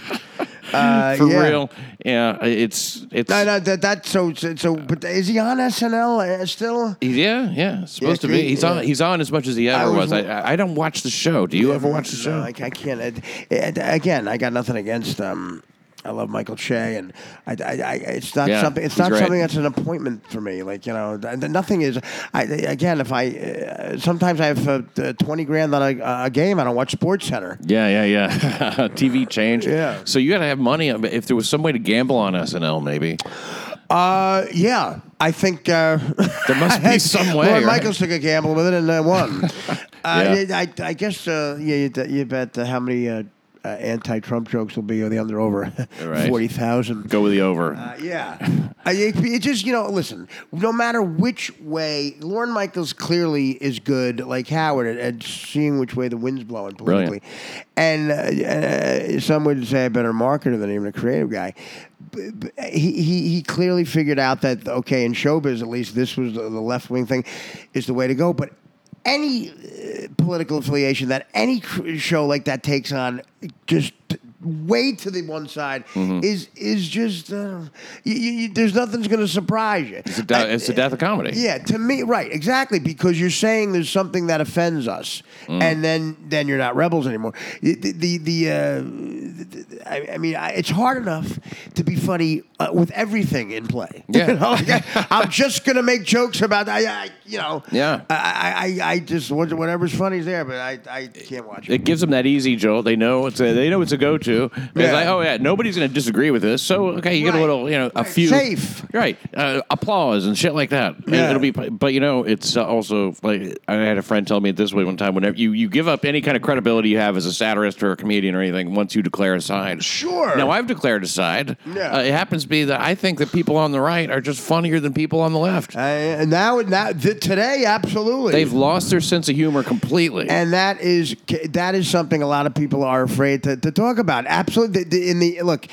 Speaker 2: Uh,
Speaker 6: for
Speaker 2: yeah.
Speaker 6: real. Yeah, it's it's
Speaker 2: No, no, that, that so so. so- But is he on SNL uh, still?
Speaker 6: yeah yeah it's supposed to be.
Speaker 2: great,
Speaker 6: He's on
Speaker 2: yeah.
Speaker 6: he's on as much as he ever
Speaker 2: I was-
Speaker 6: was. I I I don't watch the show. Do you ever watch the
Speaker 2: No,
Speaker 6: show?
Speaker 2: I, I can't. It, it- again, I got nothing against um I love Michael Che, and I, I, I it's not
Speaker 6: Yeah,
Speaker 2: something. It's
Speaker 6: he's
Speaker 2: not
Speaker 6: great.
Speaker 2: something that's an appointment for me. Like you know, th- th- nothing is. I again, if I uh, sometimes I have uh, t- twenty grand on a, a game, I don't watch Sports Center.
Speaker 6: Yeah, yeah, yeah. TV change.
Speaker 2: Yeah.
Speaker 6: So you got to have money. If there was some way to gamble on SNL, maybe.
Speaker 2: Uh, yeah, I think uh,
Speaker 6: There must be some way,
Speaker 2: Lord
Speaker 6: right?
Speaker 2: Michaels took a gamble with it and uh, won. uh,
Speaker 6: Yeah.
Speaker 2: I, I guess uh, yeah, you, you bet uh, how many uh, uh, anti-Trump jokes will be on the under over
Speaker 6: Right.
Speaker 2: forty thousand.
Speaker 6: Go with the over.
Speaker 2: Uh, yeah. I, it, it just, you know, listen, no matter which way, Lauren Michaels clearly is good, like Howard, at, at seeing which way the wind's blowing politically. And
Speaker 6: Brilliant.
Speaker 2: uh, uh, some would say a better marketer than even a creative guy. B- b- He, he, he clearly figured out that, okay, in showbiz at least, this was the, the left wing thing is the way to go. But any uh, political affiliation that any cr- show like that takes on just way to the one side
Speaker 6: Mm-hmm.
Speaker 2: is is just uh, you, you, you- there's nothing's going to surprise you.
Speaker 6: it's, a de- it's the death of comedy.
Speaker 2: Yeah, to me, right, exactly, because you're saying there's something that offends us,
Speaker 6: Mm.
Speaker 2: and then then you're not rebels anymore. The the, the, uh, the- I, I mean, I, it's hard enough to be funny uh, with everything in play.
Speaker 6: Yeah.
Speaker 2: you know? Like, I, am just gonna make jokes about I, I you know.
Speaker 6: Yeah.
Speaker 2: I, I- I, I just what- whatever's funny's there, but I, I can't watch it.
Speaker 6: It gives them that easy jolt. They know it's a, they know it's a go to. It's
Speaker 2: Yeah.
Speaker 6: like, oh yeah, nobody's going to disagree with this. So okay, you get a
Speaker 2: Right.
Speaker 6: little, you know, a
Speaker 2: Right.
Speaker 6: few
Speaker 2: Safe.
Speaker 6: right uh, applause and shit like that. And
Speaker 2: Yeah.
Speaker 6: It'll be, but you know, it's uh, also like I had a friend tell me it this way one time. Whenever you you give up any kind of credibility you have as a satirist or a comedian or anything, once you declare a side,
Speaker 2: Sure.
Speaker 6: Now I've declared a side.
Speaker 2: Yeah.
Speaker 6: Uh, it happens to be that I think that people on the right are just funnier than people on the left.
Speaker 2: Uh, and now, now th- today, absolutely.
Speaker 6: They've lost their sense of humor completely.
Speaker 2: and that is that is something a lot of people are afraid to, to talk about. Absolutely, The- the- in the look,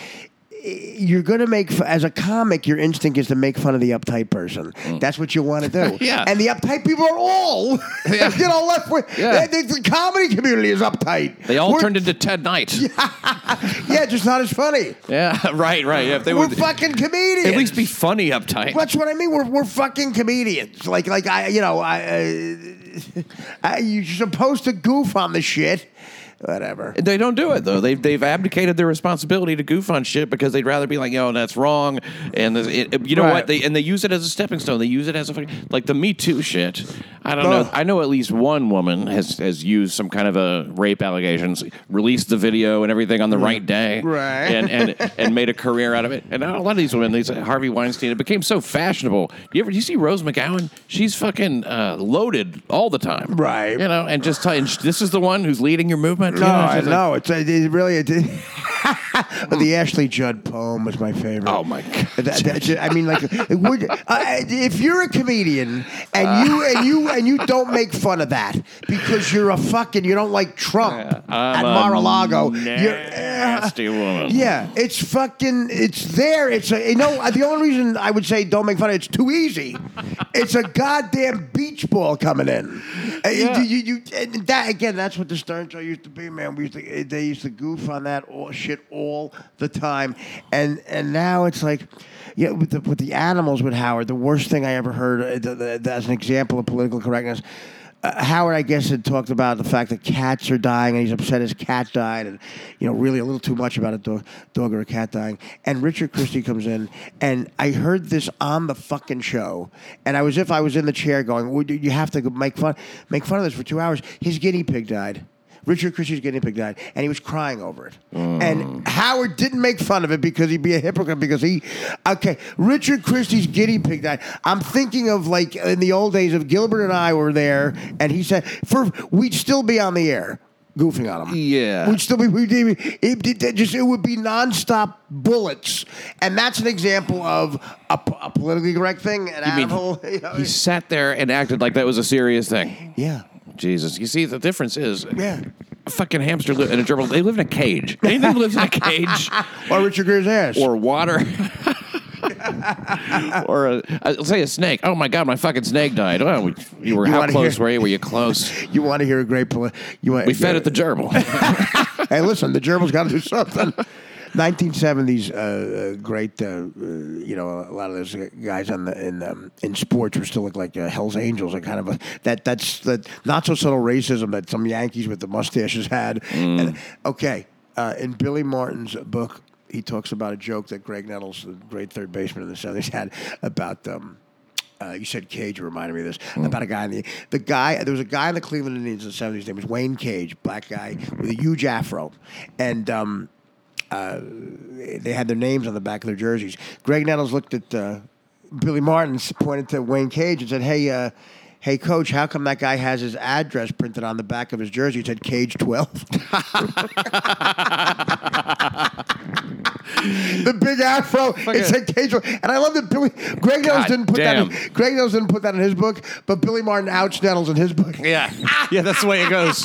Speaker 2: you're going to make f- as a comic your instinct is to make fun of the uptight person
Speaker 6: Mm.
Speaker 2: that's what you want to do
Speaker 1: Yeah.
Speaker 2: and the uptight people are all you know left wing
Speaker 1: Yeah.
Speaker 2: the, the- the comedy community is uptight
Speaker 6: They all
Speaker 2: We're-
Speaker 6: turned into Ted Knight. Yeah,
Speaker 2: yeah just not as funny
Speaker 6: right, right. Yeah, if they
Speaker 2: we're
Speaker 6: would
Speaker 2: fucking comedians
Speaker 6: at least be funny uptight.
Speaker 2: That's what I mean. We're, we're fucking comedians. Like like I you know I, uh, I, I you're supposed to goof on the shit. Whatever.
Speaker 6: They don't do it though. They've they've abdicated their responsibility to goof on shit because they'd rather be like, yo, that's wrong, and this- it, it- you know
Speaker 2: Right.
Speaker 6: what? They and they use it as a stepping stone. They use it as a fucking- like the Me Too shit. I don't know. I know at least one woman has has used some kind of a rape allegations, released the video and everything on the right day,
Speaker 2: Mm. Right.
Speaker 6: and and and made a career out of it. And a lot of these women, these uh, Harvey Weinstein, it became so fashionable. You ever you see Rose McGowan? She's fucking uh, loaded all the time,
Speaker 2: Right.
Speaker 6: You know, and just tell, and sh- this is the one who's leading your movement.
Speaker 2: No,
Speaker 6: you know,
Speaker 2: I
Speaker 6: she's like-
Speaker 2: know. It's uh, it, it really it, the Ashley Judd poem was my favorite.
Speaker 6: Oh my god!
Speaker 2: That- that- ju- I mean, like, it would, uh, if you're a comedian and you and you and you don't make fun of that because you're a fucking you don't like Trump at
Speaker 6: a
Speaker 2: Mar-a-Lago, you're
Speaker 6: nasty woman.
Speaker 2: Yeah, it's fucking. It's there. It's a, you know. The only reason I would say don't make fun of it, it's too easy. It's a goddamn beach ball coming in. Uh, you-
Speaker 6: Yeah.
Speaker 2: you- you- and that again. That's what the Stern Show used to be, man. We used to. eh, They used to goof on that all, shit all the time, and and now it's like. Yeah, with the, with the animals with Howard, the worst thing I ever heard uh, th- th- as an example of political correctness uh, Howard, I guess, had talked about the fact that cats are dying, and he's upset his cat died, and you know, really a little too much about a dog, dog or a cat dying. And Richard Christie comes in, and I heard this on the fucking show, and I was if I was in the chair going, well, you have to make fun, make fun of this for two hours. His guinea pig died. Richard Christie's guinea pig died, and he was crying over it.
Speaker 6: Mm.
Speaker 2: And Howard didn't make fun of it because he'd be a hypocrite because he, okay, Richard Christie's guinea pig died. I'm thinking of like in the old days of Gilbert and I were there, and he said, for we'd still be on the air. Goofing on him,
Speaker 6: Yeah.
Speaker 2: We'd still be, we'd be it, it- it just it would be nonstop bullets, and that's an example of a, p- a politically correct thing. An
Speaker 6: I mean,
Speaker 2: animal, you know.
Speaker 6: he sat there and acted like that was a serious thing.
Speaker 2: yeah,
Speaker 6: Jesus, you see the difference is
Speaker 2: yeah.
Speaker 6: a fucking hamster li- and a gerbil. They live in a cage. Anything that lives in a cage
Speaker 2: Or Richard Gere's ass.
Speaker 6: or water. or a, uh, say a snake. Oh my god, my fucking snake died. Oh, we- you were
Speaker 2: You
Speaker 6: how
Speaker 2: wanna
Speaker 6: close
Speaker 2: hear-
Speaker 6: were you? Were you close?
Speaker 2: you want to hear a great poli- you want
Speaker 6: We fed it the gerbil.
Speaker 2: hey, listen, the gerbil's got to do something. 1970s, uh, uh, great, uh, uh, you know, a lot of those guys on the in um, in sports were still look like uh, Hell's Angels, and kind of a, that that's the not so subtle racism that some Yankees with the mustaches had. And, okay, uh, in Billy Martin's book, he talks about a joke that Greg Nettles, the great third baseman in the 70s, had about. Um, uh, you said Cage reminded me of this
Speaker 6: Hmm.
Speaker 2: about a guy in the the guy. There was a guy in the Cleveland Indians in the seventies. His name was Wayne Cage, black guy with a huge afro, and um, uh, they had their names on the back of their jerseys. Greg Nettles looked at uh, Billy Martin, pointed to Wayne Cage, and said, "Hey, uh, hey, coach, how come that guy has his address printed on the back of his jersey? It said Cage 12. the big afro. It said Cage 12. And I love that Billy Greg Nettles
Speaker 6: God
Speaker 2: didn't put
Speaker 6: damn.
Speaker 2: that. In, Greg Nettles didn't put that in his book, but Billy Martin outs Nettles in his book.
Speaker 6: yeah, yeah, that's the way it goes.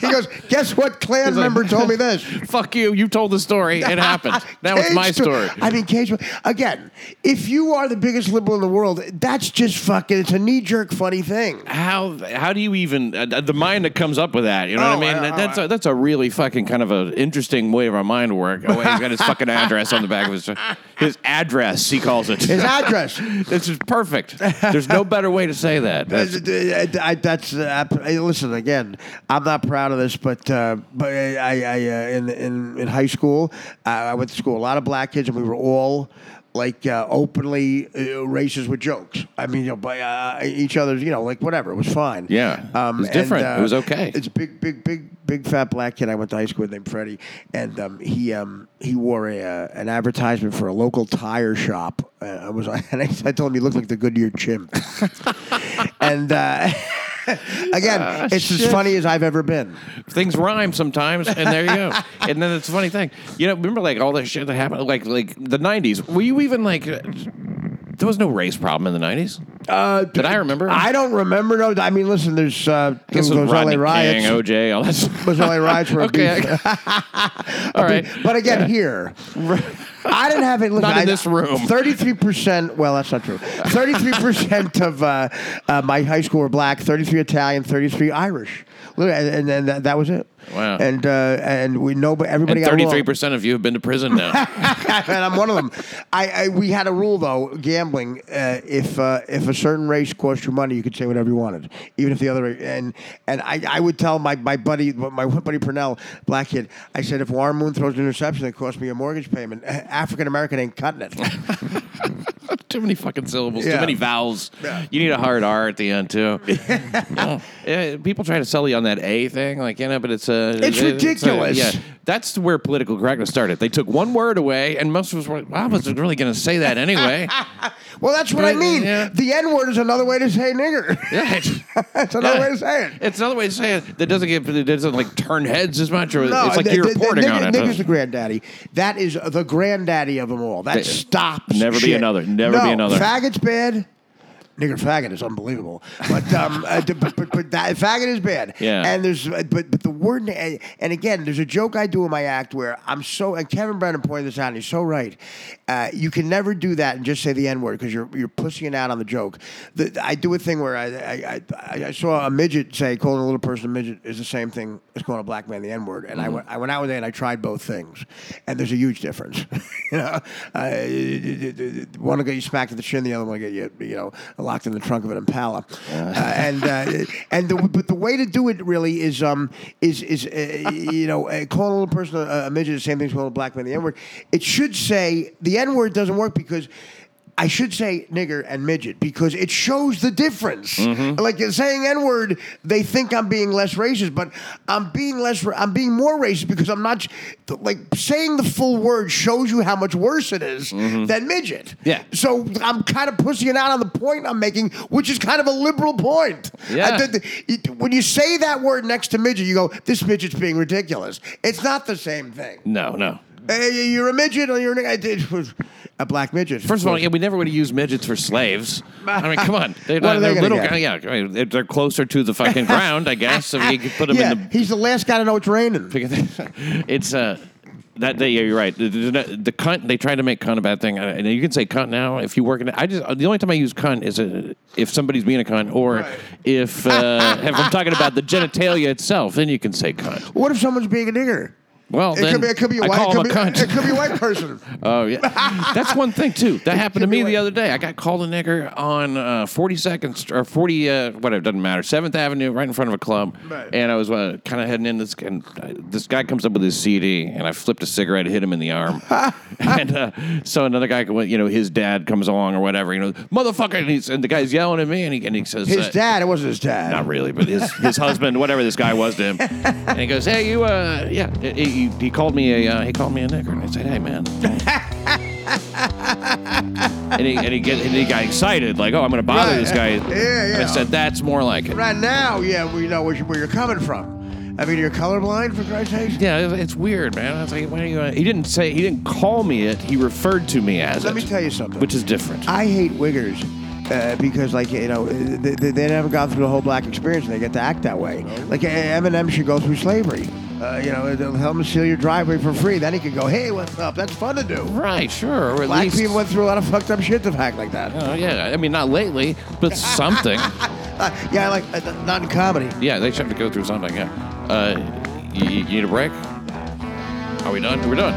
Speaker 2: He goes, "Guess what? Klan member told me this."
Speaker 6: Fuck you. You told the story. It happened. Now it's
Speaker 2: Cage
Speaker 6: my
Speaker 2: to-
Speaker 6: story.
Speaker 2: I mean, Cage. Again, if you are the biggest liberal in the world, that's just fucking. It's a knee jerk funny thing.
Speaker 6: how how do you even uh, the mind that comes up with that? You know
Speaker 2: Oh,
Speaker 6: what I mean?
Speaker 2: I-
Speaker 6: That- that's a, that's a really fucking kind of an interesting way of our mind to work. Oh, wait, he's got his fucking address on the back of his his address. He calls it
Speaker 2: His address.
Speaker 6: This is perfect. There's no better way to say that. That's-
Speaker 2: I, I- that's uh, ab- hey, listen again. I'm not proud of this, but uh, but I, I uh, in in in high school, uh, I, I went to school. A lot of black kids, and we were all like uh, openly uh, racist with jokes. I mean, you know, by uh, each other's, you know, like whatever. It was fine.
Speaker 6: Yeah. It was different. It was okay.
Speaker 2: Um, uh, It's big, big, big, big fat black kid I went to high school with named Freddie, and um, he um, he wore a uh, an advertisement for a local tire shop. Uh, I was and I, I told him he looked like the Goodyear chimp. and uh, again,
Speaker 6: Ah,
Speaker 2: it's as funny as I've ever been.
Speaker 6: things rhyme sometimes, and there you go. and then it's a funny thing. You know, remember like all that shit that happened, like like the '90s. Were you even like? There was no race problem in the '90s.
Speaker 2: Uh,
Speaker 6: Did I remember?
Speaker 2: I don't remember. No, I mean, listen. There's uh,
Speaker 6: I guess it was
Speaker 2: Gonzales
Speaker 6: Rodney
Speaker 2: riots.
Speaker 6: King, OJ, all that. stuff.
Speaker 2: Gonzales riots were a
Speaker 6: okay.
Speaker 2: beef.
Speaker 6: all right.
Speaker 2: But again, here, I didn't have it. Listen,
Speaker 6: Not in
Speaker 2: I-
Speaker 6: this room.
Speaker 2: 33%, well, that's not true. 33% of uh, uh, my high school were black, 33 Italian, 33 Irish. Look, And, and then that, that was it.
Speaker 6: Wow.
Speaker 2: And, uh, and we know, but everybody
Speaker 6: And
Speaker 2: got along.
Speaker 6: thirty-three percent of you have been to prison now.
Speaker 2: and I'm one of them. I, I we had a rule though, gambling. Uh, if uh, if a certain race cost you money, you could say whatever you wanted, even if the other and and I, I would tell my my buddy my one buddy Purnell, black kid. I said if Warren Moon throws an interception, it cost me a mortgage payment. African American ain't cutting it.
Speaker 6: too many fucking syllables,
Speaker 2: Yeah.
Speaker 6: too many vowels. You need a hard R at the end too. Yeah. Yeah, People try to sell you on that A thing, like you know, but it's a
Speaker 2: It's
Speaker 6: a-
Speaker 2: ridiculous.
Speaker 6: yeah, that's where political correctness started. They took one word away, and most of us were, like, "Wow, I was really going to say that anyway."
Speaker 2: well, that's what I mean.
Speaker 6: Yeah.
Speaker 2: The N word is another way to say nigger.
Speaker 6: yeah, it's,
Speaker 2: that's another
Speaker 6: Yeah.
Speaker 2: way to say it.
Speaker 6: it's another way to say it that doesn't get that doesn't like turn heads as much, or it's like
Speaker 2: th-
Speaker 6: you're
Speaker 2: th- th-
Speaker 6: reporting on
Speaker 2: nigger-
Speaker 6: it.
Speaker 2: Nigger's the granddaddy. That is the granddaddy of them all. That stops.
Speaker 6: Never be
Speaker 2: shit.
Speaker 6: another. Never
Speaker 2: No,
Speaker 6: be another.
Speaker 2: Faggot's bad. Nigger faggot is unbelievable, but um, uh, d- but, but, but that faggot is bad.
Speaker 6: Yeah.
Speaker 2: And there's uh, but but the word and, and again there's a joke I do in my act where I'm so and Kevin Brennan pointed this out and he's so right. Uh, you can never do that and just say the n word because you're you're pussying out on the joke. The, I do a thing where I I, I I saw a midget say calling a little person a midget is the same thing as calling a black man the n word and I went I went out with it and I tried both things and there's a huge difference. you know, uh, one will get you smacked in the shin, the other one will get you you know locked in the trunk of an Impala. Uh, and uh, and the, but the way to do it really is um is is uh, you know uh, calling a little person a, a midget the same thing as calling a black man the n word. It should say the n word doesn't work because. I should say nigger and midget because it shows the difference. Like you're saying N word, they think I'm being less racist, but I'm being less. ra- I'm being more racist because I'm not. Like saying the full word shows you how much worse it is than midget.
Speaker 6: Yeah.
Speaker 2: So I'm kind of pussying out on the point I'm making, which is kind of a liberal point.
Speaker 6: Yeah.
Speaker 2: I did the- it- when you say that word next to midget, you go, "This midget's being ridiculous." It's not the same thing.
Speaker 6: no, no.
Speaker 2: Hey, you're a midget or you're a nigger. I did- A black midget.
Speaker 6: First of all, yeah, we never would have used midgets for slaves. I mean, come on, they're,
Speaker 2: What are they
Speaker 6: they're
Speaker 2: gonna
Speaker 6: little.
Speaker 2: get?
Speaker 6: guy- Yeah, I mean, they're closer to the fucking ground, I guess. So you could put them
Speaker 2: yeah,
Speaker 6: in the
Speaker 2: he's the last guy to know it's raining.
Speaker 6: it's uh, that day. Yeah, you're right. The, the, the cunt. They tried to make cunt a bad thing, and you can say cunt now if you work in. I just the only time I use cunt is uh, if somebody's being a cunt, or if uh, if I'm talking about the genitalia itself, then you can say cunt.
Speaker 2: What if someone's being a nigger?
Speaker 6: Well,
Speaker 2: It
Speaker 6: then
Speaker 2: could be. It could be a
Speaker 6: I
Speaker 2: white.
Speaker 6: call
Speaker 2: it, could
Speaker 6: him
Speaker 2: be,
Speaker 6: a cunt.
Speaker 2: it could be a white person.
Speaker 6: Oh yeah, that's one thing too. That happened to
Speaker 2: could be
Speaker 6: me
Speaker 2: like-
Speaker 6: the other day. I got called a nigger on uh, 42nd St- or 40 uh, whatever doesn't matter Seventh Avenue, right in front of a club.
Speaker 2: Right.
Speaker 6: And I was uh, kind of heading in this, and uh, this guy comes up with his CD, and I flipped a cigarette, hit him in the arm, and uh, so another guy, went- you know, his dad comes along or whatever, you know, motherfucker, and, he's, and the guy's yelling at me, and he, and he says,
Speaker 2: His
Speaker 6: uh,
Speaker 2: dad. It wasn't his dad.
Speaker 6: not really, but his, his husband, whatever this guy was to him, and he goes, "Hey, you, uh, yeah." He, he- he called me a uh, he called me a nigger, and I said, "Hey, man." and he and he, get, and he got excited, like, "Oh, I'm going to bother
Speaker 2: Right.
Speaker 6: this guy."
Speaker 2: Yeah,
Speaker 6: And
Speaker 2: yeah.
Speaker 6: I said, "That's more like it."
Speaker 2: Right now, yeah, we know where, you, where you're coming from. I mean, you're colorblind for Christ's sake.
Speaker 6: Yeah, it's, it's weird, man. I was like, "Why are you?" uh," He didn't say he didn't call me it. He referred to me as
Speaker 2: Let
Speaker 6: it,
Speaker 2: me tell you something.
Speaker 6: which is different.
Speaker 2: I hate wiggers uh, because, like, you know, they, they- they never gone through the whole black experience and they get to act that way. Like, eh, Eminem should go through slavery. Uh, you know, they'll help him seal your driveway for free. Then he could go, hey, what's up? That's fun to do.
Speaker 6: right, sure. Or at
Speaker 2: Black
Speaker 6: least,
Speaker 2: people went through a lot of fucked up shit to act like that.
Speaker 6: Oh, yeah, I mean, not lately, but something.
Speaker 2: Uh, yeah, like, uh, not in comedy.
Speaker 6: Yeah, they just have to go through something. Yeah. Uh, you, you need a break? Are we done? We're done.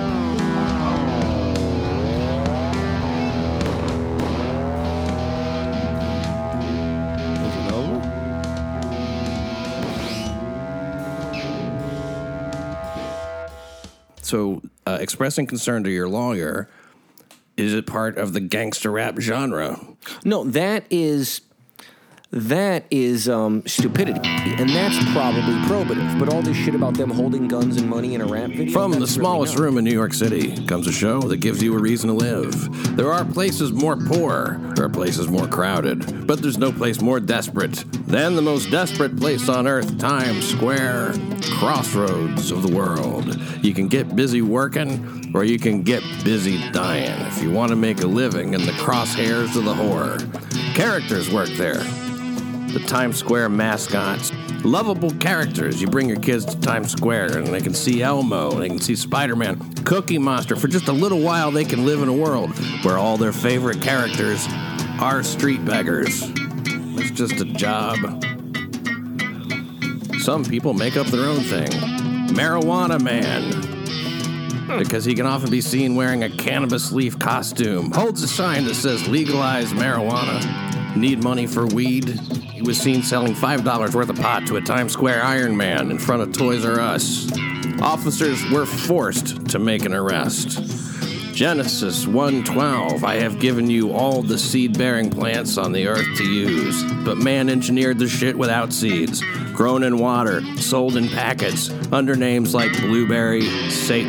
Speaker 6: So, uh, expressing concern to your lawyer is it part of the gangster rap genre?
Speaker 7: No, that is that is um, stupidity, and that's probably probative. But all this shit about them holding guns and money in a rap video
Speaker 6: From the
Speaker 7: that's
Speaker 6: smallest
Speaker 7: really not.
Speaker 6: room in New York City comes a show that gives you a reason to live. There are places more poor, there are places more crowded, but there's no place more desperate than the most desperate place on earth, Times Square, crossroads of the world. You can get busy working or you can get busy dying if you want to make a living in the crosshairs of the horror. Characters work there the Times Square mascots, lovable characters. You bring your kids to Times Square and they can see Elmo, they can see Spider Man, Cookie Monster. For just a little while, they can live in a world where all their favorite characters are street beggars. It's just a job. Some people make up their own thing. Marijuana Man. Because he can often be seen wearing a cannabis leaf costume, holds a sign that says legalize marijuana. Need money for weed? He was seen selling $5 worth of pot to a Times Square Iron Man in front of Toys R Us. Officers were forced to make an arrest. Genesis 1:12 I have given you all the seed-bearing plants on the earth to use but man engineered the shit without seeds grown in water sold in packets under names like blueberry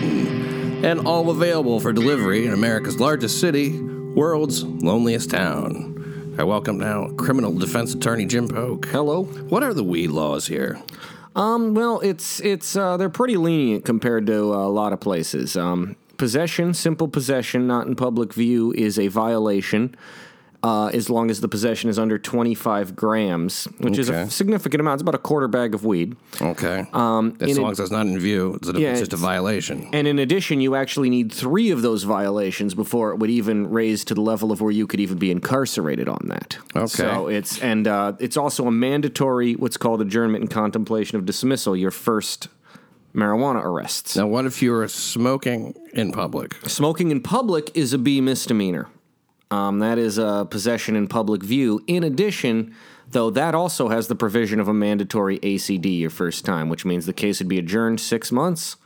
Speaker 6: satan and all available for delivery in America's largest city world's loneliest town I welcome now criminal defense attorney Jim Polk
Speaker 7: Hello.
Speaker 6: What are the weed laws here
Speaker 7: Um, well, it's it's uh, they're pretty lenient compared to uh, a lot of places. Um, possession, simple possession, not in public view, is a violation. Uh, as long as the possession is under 25 grams, which is a
Speaker 6: Okay.
Speaker 7: significant amount, it's about a quarter bag of weed.
Speaker 6: Okay um as
Speaker 7: in a-
Speaker 6: long as it's not in view it's, a,
Speaker 7: Yeah,
Speaker 6: it's just a
Speaker 7: it's-
Speaker 6: violation
Speaker 7: And in addition, you actually need three of those violations before it would even raise to the level of where you could even be incarcerated on that.
Speaker 6: Okay.
Speaker 7: So it's and uh, it's also a mandatory what's called adjournment and contemplation of dismissal. Your first marijuana arrests.
Speaker 6: Now, what if you're smoking in public?
Speaker 7: Smoking in public is a B misdemeanor. Um, that is a possession in public view. In addition, though, that also has the provision of a mandatory ACD your first time, which means the case would be adjourned six months.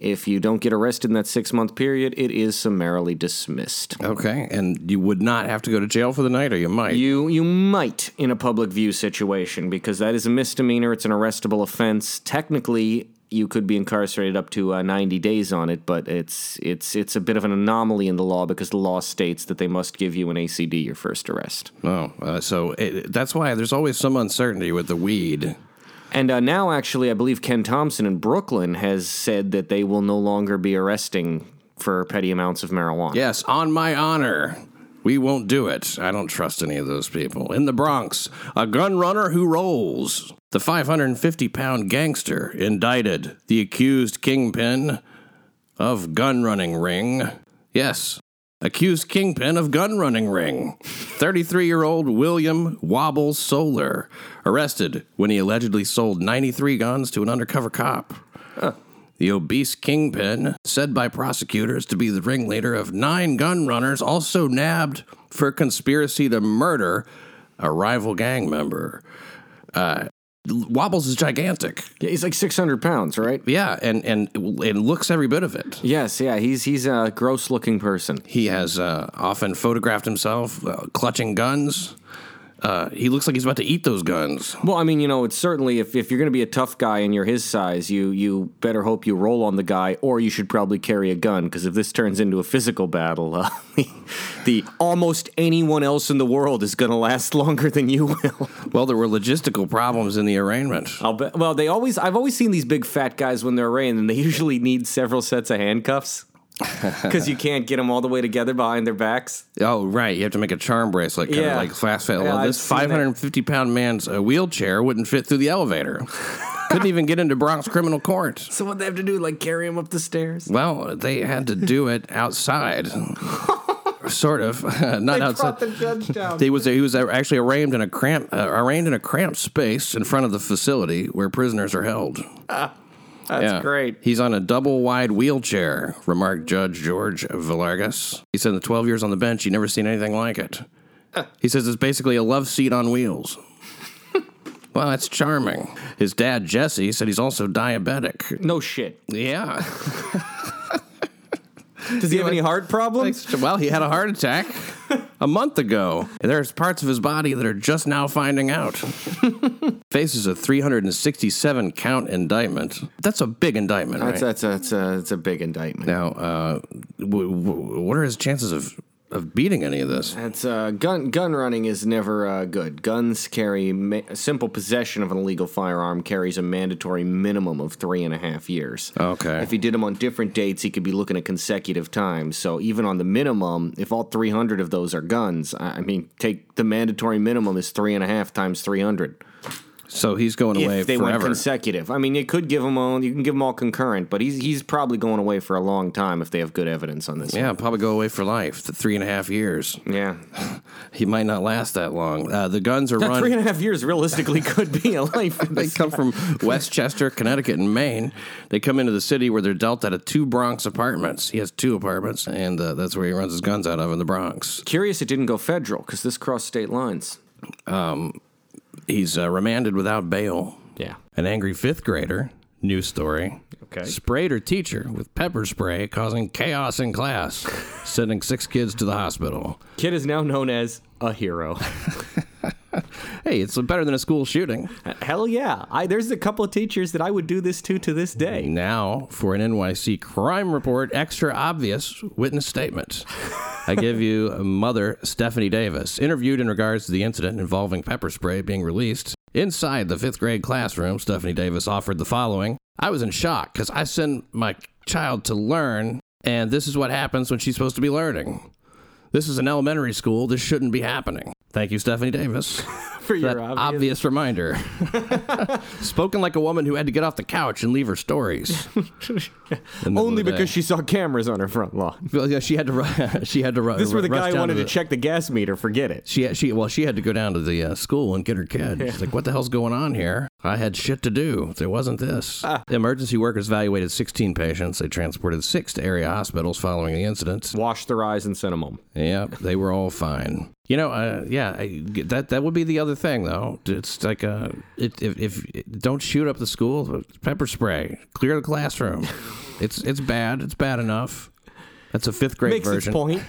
Speaker 7: If you don't get arrested in that six month period, it is summarily dismissed.
Speaker 6: Okay, and you would not have to go to jail for the night, or you might.
Speaker 7: You you might in a public view situation because that is a misdemeanor. It's an arrestable offense. Technically, you could be incarcerated up to uh, 90 days on it, but it's it's it's a bit of an anomaly in the law because the law states that they must give you an ACD your first arrest.
Speaker 6: no, uh, so it, that's why there's always some uncertainty with the weed.
Speaker 7: And uh, now, actually, I believe Ken Thompson in Brooklyn has said that they will no longer be arresting for petty amounts of marijuana.
Speaker 6: Yes, on my honor. We won't do it. I don't trust any of those people. In the Bronx, a gun runner who rolls. The 550 pound gangster indicted. The accused kingpin of gun running ring. Yes, accused kingpin of gun running ring. 33 year old William Wobble Solar. Arrested when he allegedly sold 93 guns to an undercover cop. The obese kingpin, said by prosecutors to be the ringleader of nine gun runners, also nabbed for conspiracy to murder a rival gang member. Uh, Wobbles is gigantic,
Speaker 7: Yeah, he's like 600 pounds, right?
Speaker 6: yeah, and and and looks every bit of it.
Speaker 7: Yes, yeah, he's he's a gross looking person.
Speaker 6: He has uh, often photographed himself uh, clutching guns. Uh, he looks like he's about to eat those guns.
Speaker 7: Well, I mean, you know, it's certainly if, if you're going to be a tough guy and you're his size, you you better hope you roll on the guy, or you should probably carry a gun because if this turns into a physical battle, uh, the almost anyone else in the world is going to last longer than you will.
Speaker 6: Well, there were logistical problems in the arraignment.
Speaker 7: I'll bet. Well, they always I've always seen these big fat guys when they're arraigned, and they usually need several sets of handcuffs because you can't get them all the way together behind their backs.
Speaker 6: Oh right, you have to make a charm bracelet, kind
Speaker 7: Yeah.
Speaker 6: of like fast fail.
Speaker 7: Yeah,
Speaker 6: well,
Speaker 7: I've
Speaker 6: this
Speaker 7: seen that.
Speaker 6: 550 pound man's uh, wheelchair wouldn't fit through the elevator. Couldn't even get into Bronx criminal court.
Speaker 7: So what they have to do, like carry them up the stairs?
Speaker 6: Well, they had to do it outside, sort of, not outside.
Speaker 7: judge down.
Speaker 6: He was he was actually arraigned in a cramped uh, arraigned in a cramped space in front of the facility where prisoners are held.
Speaker 7: Ah, That's
Speaker 6: Yeah.
Speaker 7: great.
Speaker 6: He's on a double wide wheelchair, remarked Judge George Villargas. He said in the 12 years on the bench, he never seen anything like it. He says it's basically a love seat on wheels. well, that's charming. His dad, Jesse, said he's also diabetic.
Speaker 7: No shit.
Speaker 6: Yeah.
Speaker 7: Does he have any heart problems?
Speaker 6: well, he had a heart attack a month ago. And there's parts of his body that are just now finding out. Faces a 367 count indictment. That's a big indictment, right?
Speaker 7: That's that's a, that's a that's a big indictment.
Speaker 6: Now, uh, w- w- what are his chances of, of beating any of this?
Speaker 7: That's uh, gun gun running is never uh, good. Guns carry ma- simple possession of an illegal firearm carries a mandatory minimum of three and a half years.
Speaker 6: Okay.
Speaker 7: If he did them on different dates, he could be looking at consecutive times. So even on the minimum, if all three hundred of those are guns, I I mean, take the mandatory minimum is three and a half times three hundred.
Speaker 6: So he's going away
Speaker 7: if they went
Speaker 6: forever.
Speaker 7: consecutive. I mean, you could give them all. You can give them all concurrent, but he's he's probably going away for a long time if they have good evidence on this.
Speaker 6: yeah, probably go away for life. The three and a half years.
Speaker 7: yeah.
Speaker 6: He might not last that long. Uh, the guns are
Speaker 7: That
Speaker 6: run.
Speaker 7: three and a half years realistically could be a life.
Speaker 6: they come from Westchester, Connecticut, and Maine. They come into the city where they're dealt out of two Bronx apartments. He has two apartments, and uh, that's where he runs his guns out of in the Bronx.
Speaker 7: Curious it didn't go federal because this crossed state lines.
Speaker 6: He's uh, remanded without bail.
Speaker 7: Yeah.
Speaker 6: An angry fifth grader, new story,
Speaker 7: Okay.
Speaker 6: sprayed her teacher with pepper spray, causing chaos in class, sending six kids to the hospital.
Speaker 7: Kid is now known as a hero.
Speaker 6: Hey, it's better than a school shooting.
Speaker 7: Hell yeah! I there's a couple of teachers that I would do this to to this day.
Speaker 6: Now for an NYC crime report, extra obvious witness statement. I give you mother Stephanie Davis, interviewed in regards to the incident involving pepper spray being released. Inside the fifth grade classroom, Stephanie Davis offered the following I was in shock because I send my child to learn, and this is what happens when she's supposed to be learning. This is an elementary school. This shouldn't be happening. Thank you, Stephanie Davis
Speaker 7: For
Speaker 6: that
Speaker 7: your
Speaker 6: obvious,
Speaker 7: obvious,
Speaker 6: reminder. Spoken like a woman who had to get off the couch and leave her stories. In the
Speaker 7: only
Speaker 6: middle Mm. of the
Speaker 7: because
Speaker 6: day.
Speaker 7: she saw cameras on her front lawn.
Speaker 6: Well, yeah, she had to run. She had to run.
Speaker 7: This were the
Speaker 6: Uh, rush
Speaker 7: guy
Speaker 6: down
Speaker 7: wanted
Speaker 6: to
Speaker 7: to check the gas meter. Forget it.
Speaker 6: She had, she well she had to go down to the uh, school and get her kid. She's like, what the hell's going on here? I had shit to do. There wasn't this.
Speaker 7: Ah.
Speaker 6: The emergency workers evaluated 16 patients. They transported six to area hospitals following the incident.
Speaker 7: Wash their eyes and send them home.
Speaker 6: Yep, they were all fine. You know, uh, yeah, I, that that would be the other thing though. It's like uh, it, if if don't shoot up the school, but pepper spray, clear the classroom. it's it's bad. It's bad enough. That's a fifth grade
Speaker 7: Makes
Speaker 6: version.
Speaker 7: its point.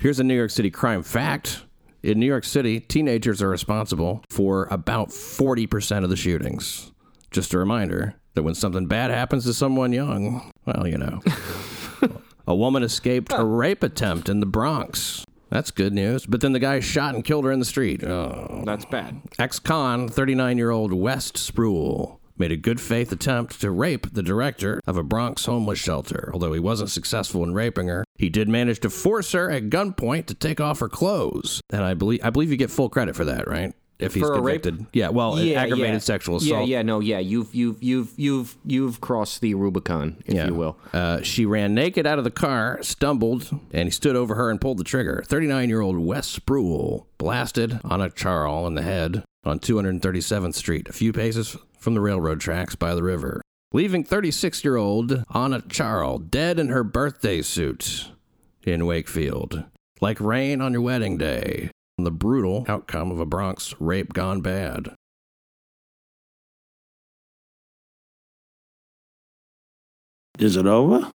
Speaker 6: Here's a New York City crime fact. In New York City, teenagers are responsible for about 40% of the shootings. Just a reminder that when something bad happens to someone young, well, you know. a woman escaped a rape attempt in the Bronx. That's good news. But then the guy shot and killed her in the street. Oh.
Speaker 7: That's bad.
Speaker 6: Ex con 39 year old West Spruill made a good faith attempt to rape the director of a Bronx homeless shelter. Although he wasn't successful in raping her, he did manage to force her at gunpoint to take off her clothes. And I believe I believe you get full credit for that, right? If he's
Speaker 7: For a rape?
Speaker 6: convicted. Yeah, well, aggravated sexual assault.
Speaker 7: Yeah, yeah, no, yeah. You've you've you've you've you've crossed the Rubicon, if
Speaker 6: Yeah.
Speaker 7: you will.
Speaker 6: Uh, she ran naked out of the car, stumbled, and he stood over her and pulled the trigger. 39 year old Wes Spruill blasted Anna Charl in the head on 237th Street, a few paces from the railroad tracks by the river, leaving 36 year old Anna Charl dead in her birthday suit in Wakefield. Like rain on your wedding day. The brutal outcome of a Bronx rape gone bad.
Speaker 8: Is it over?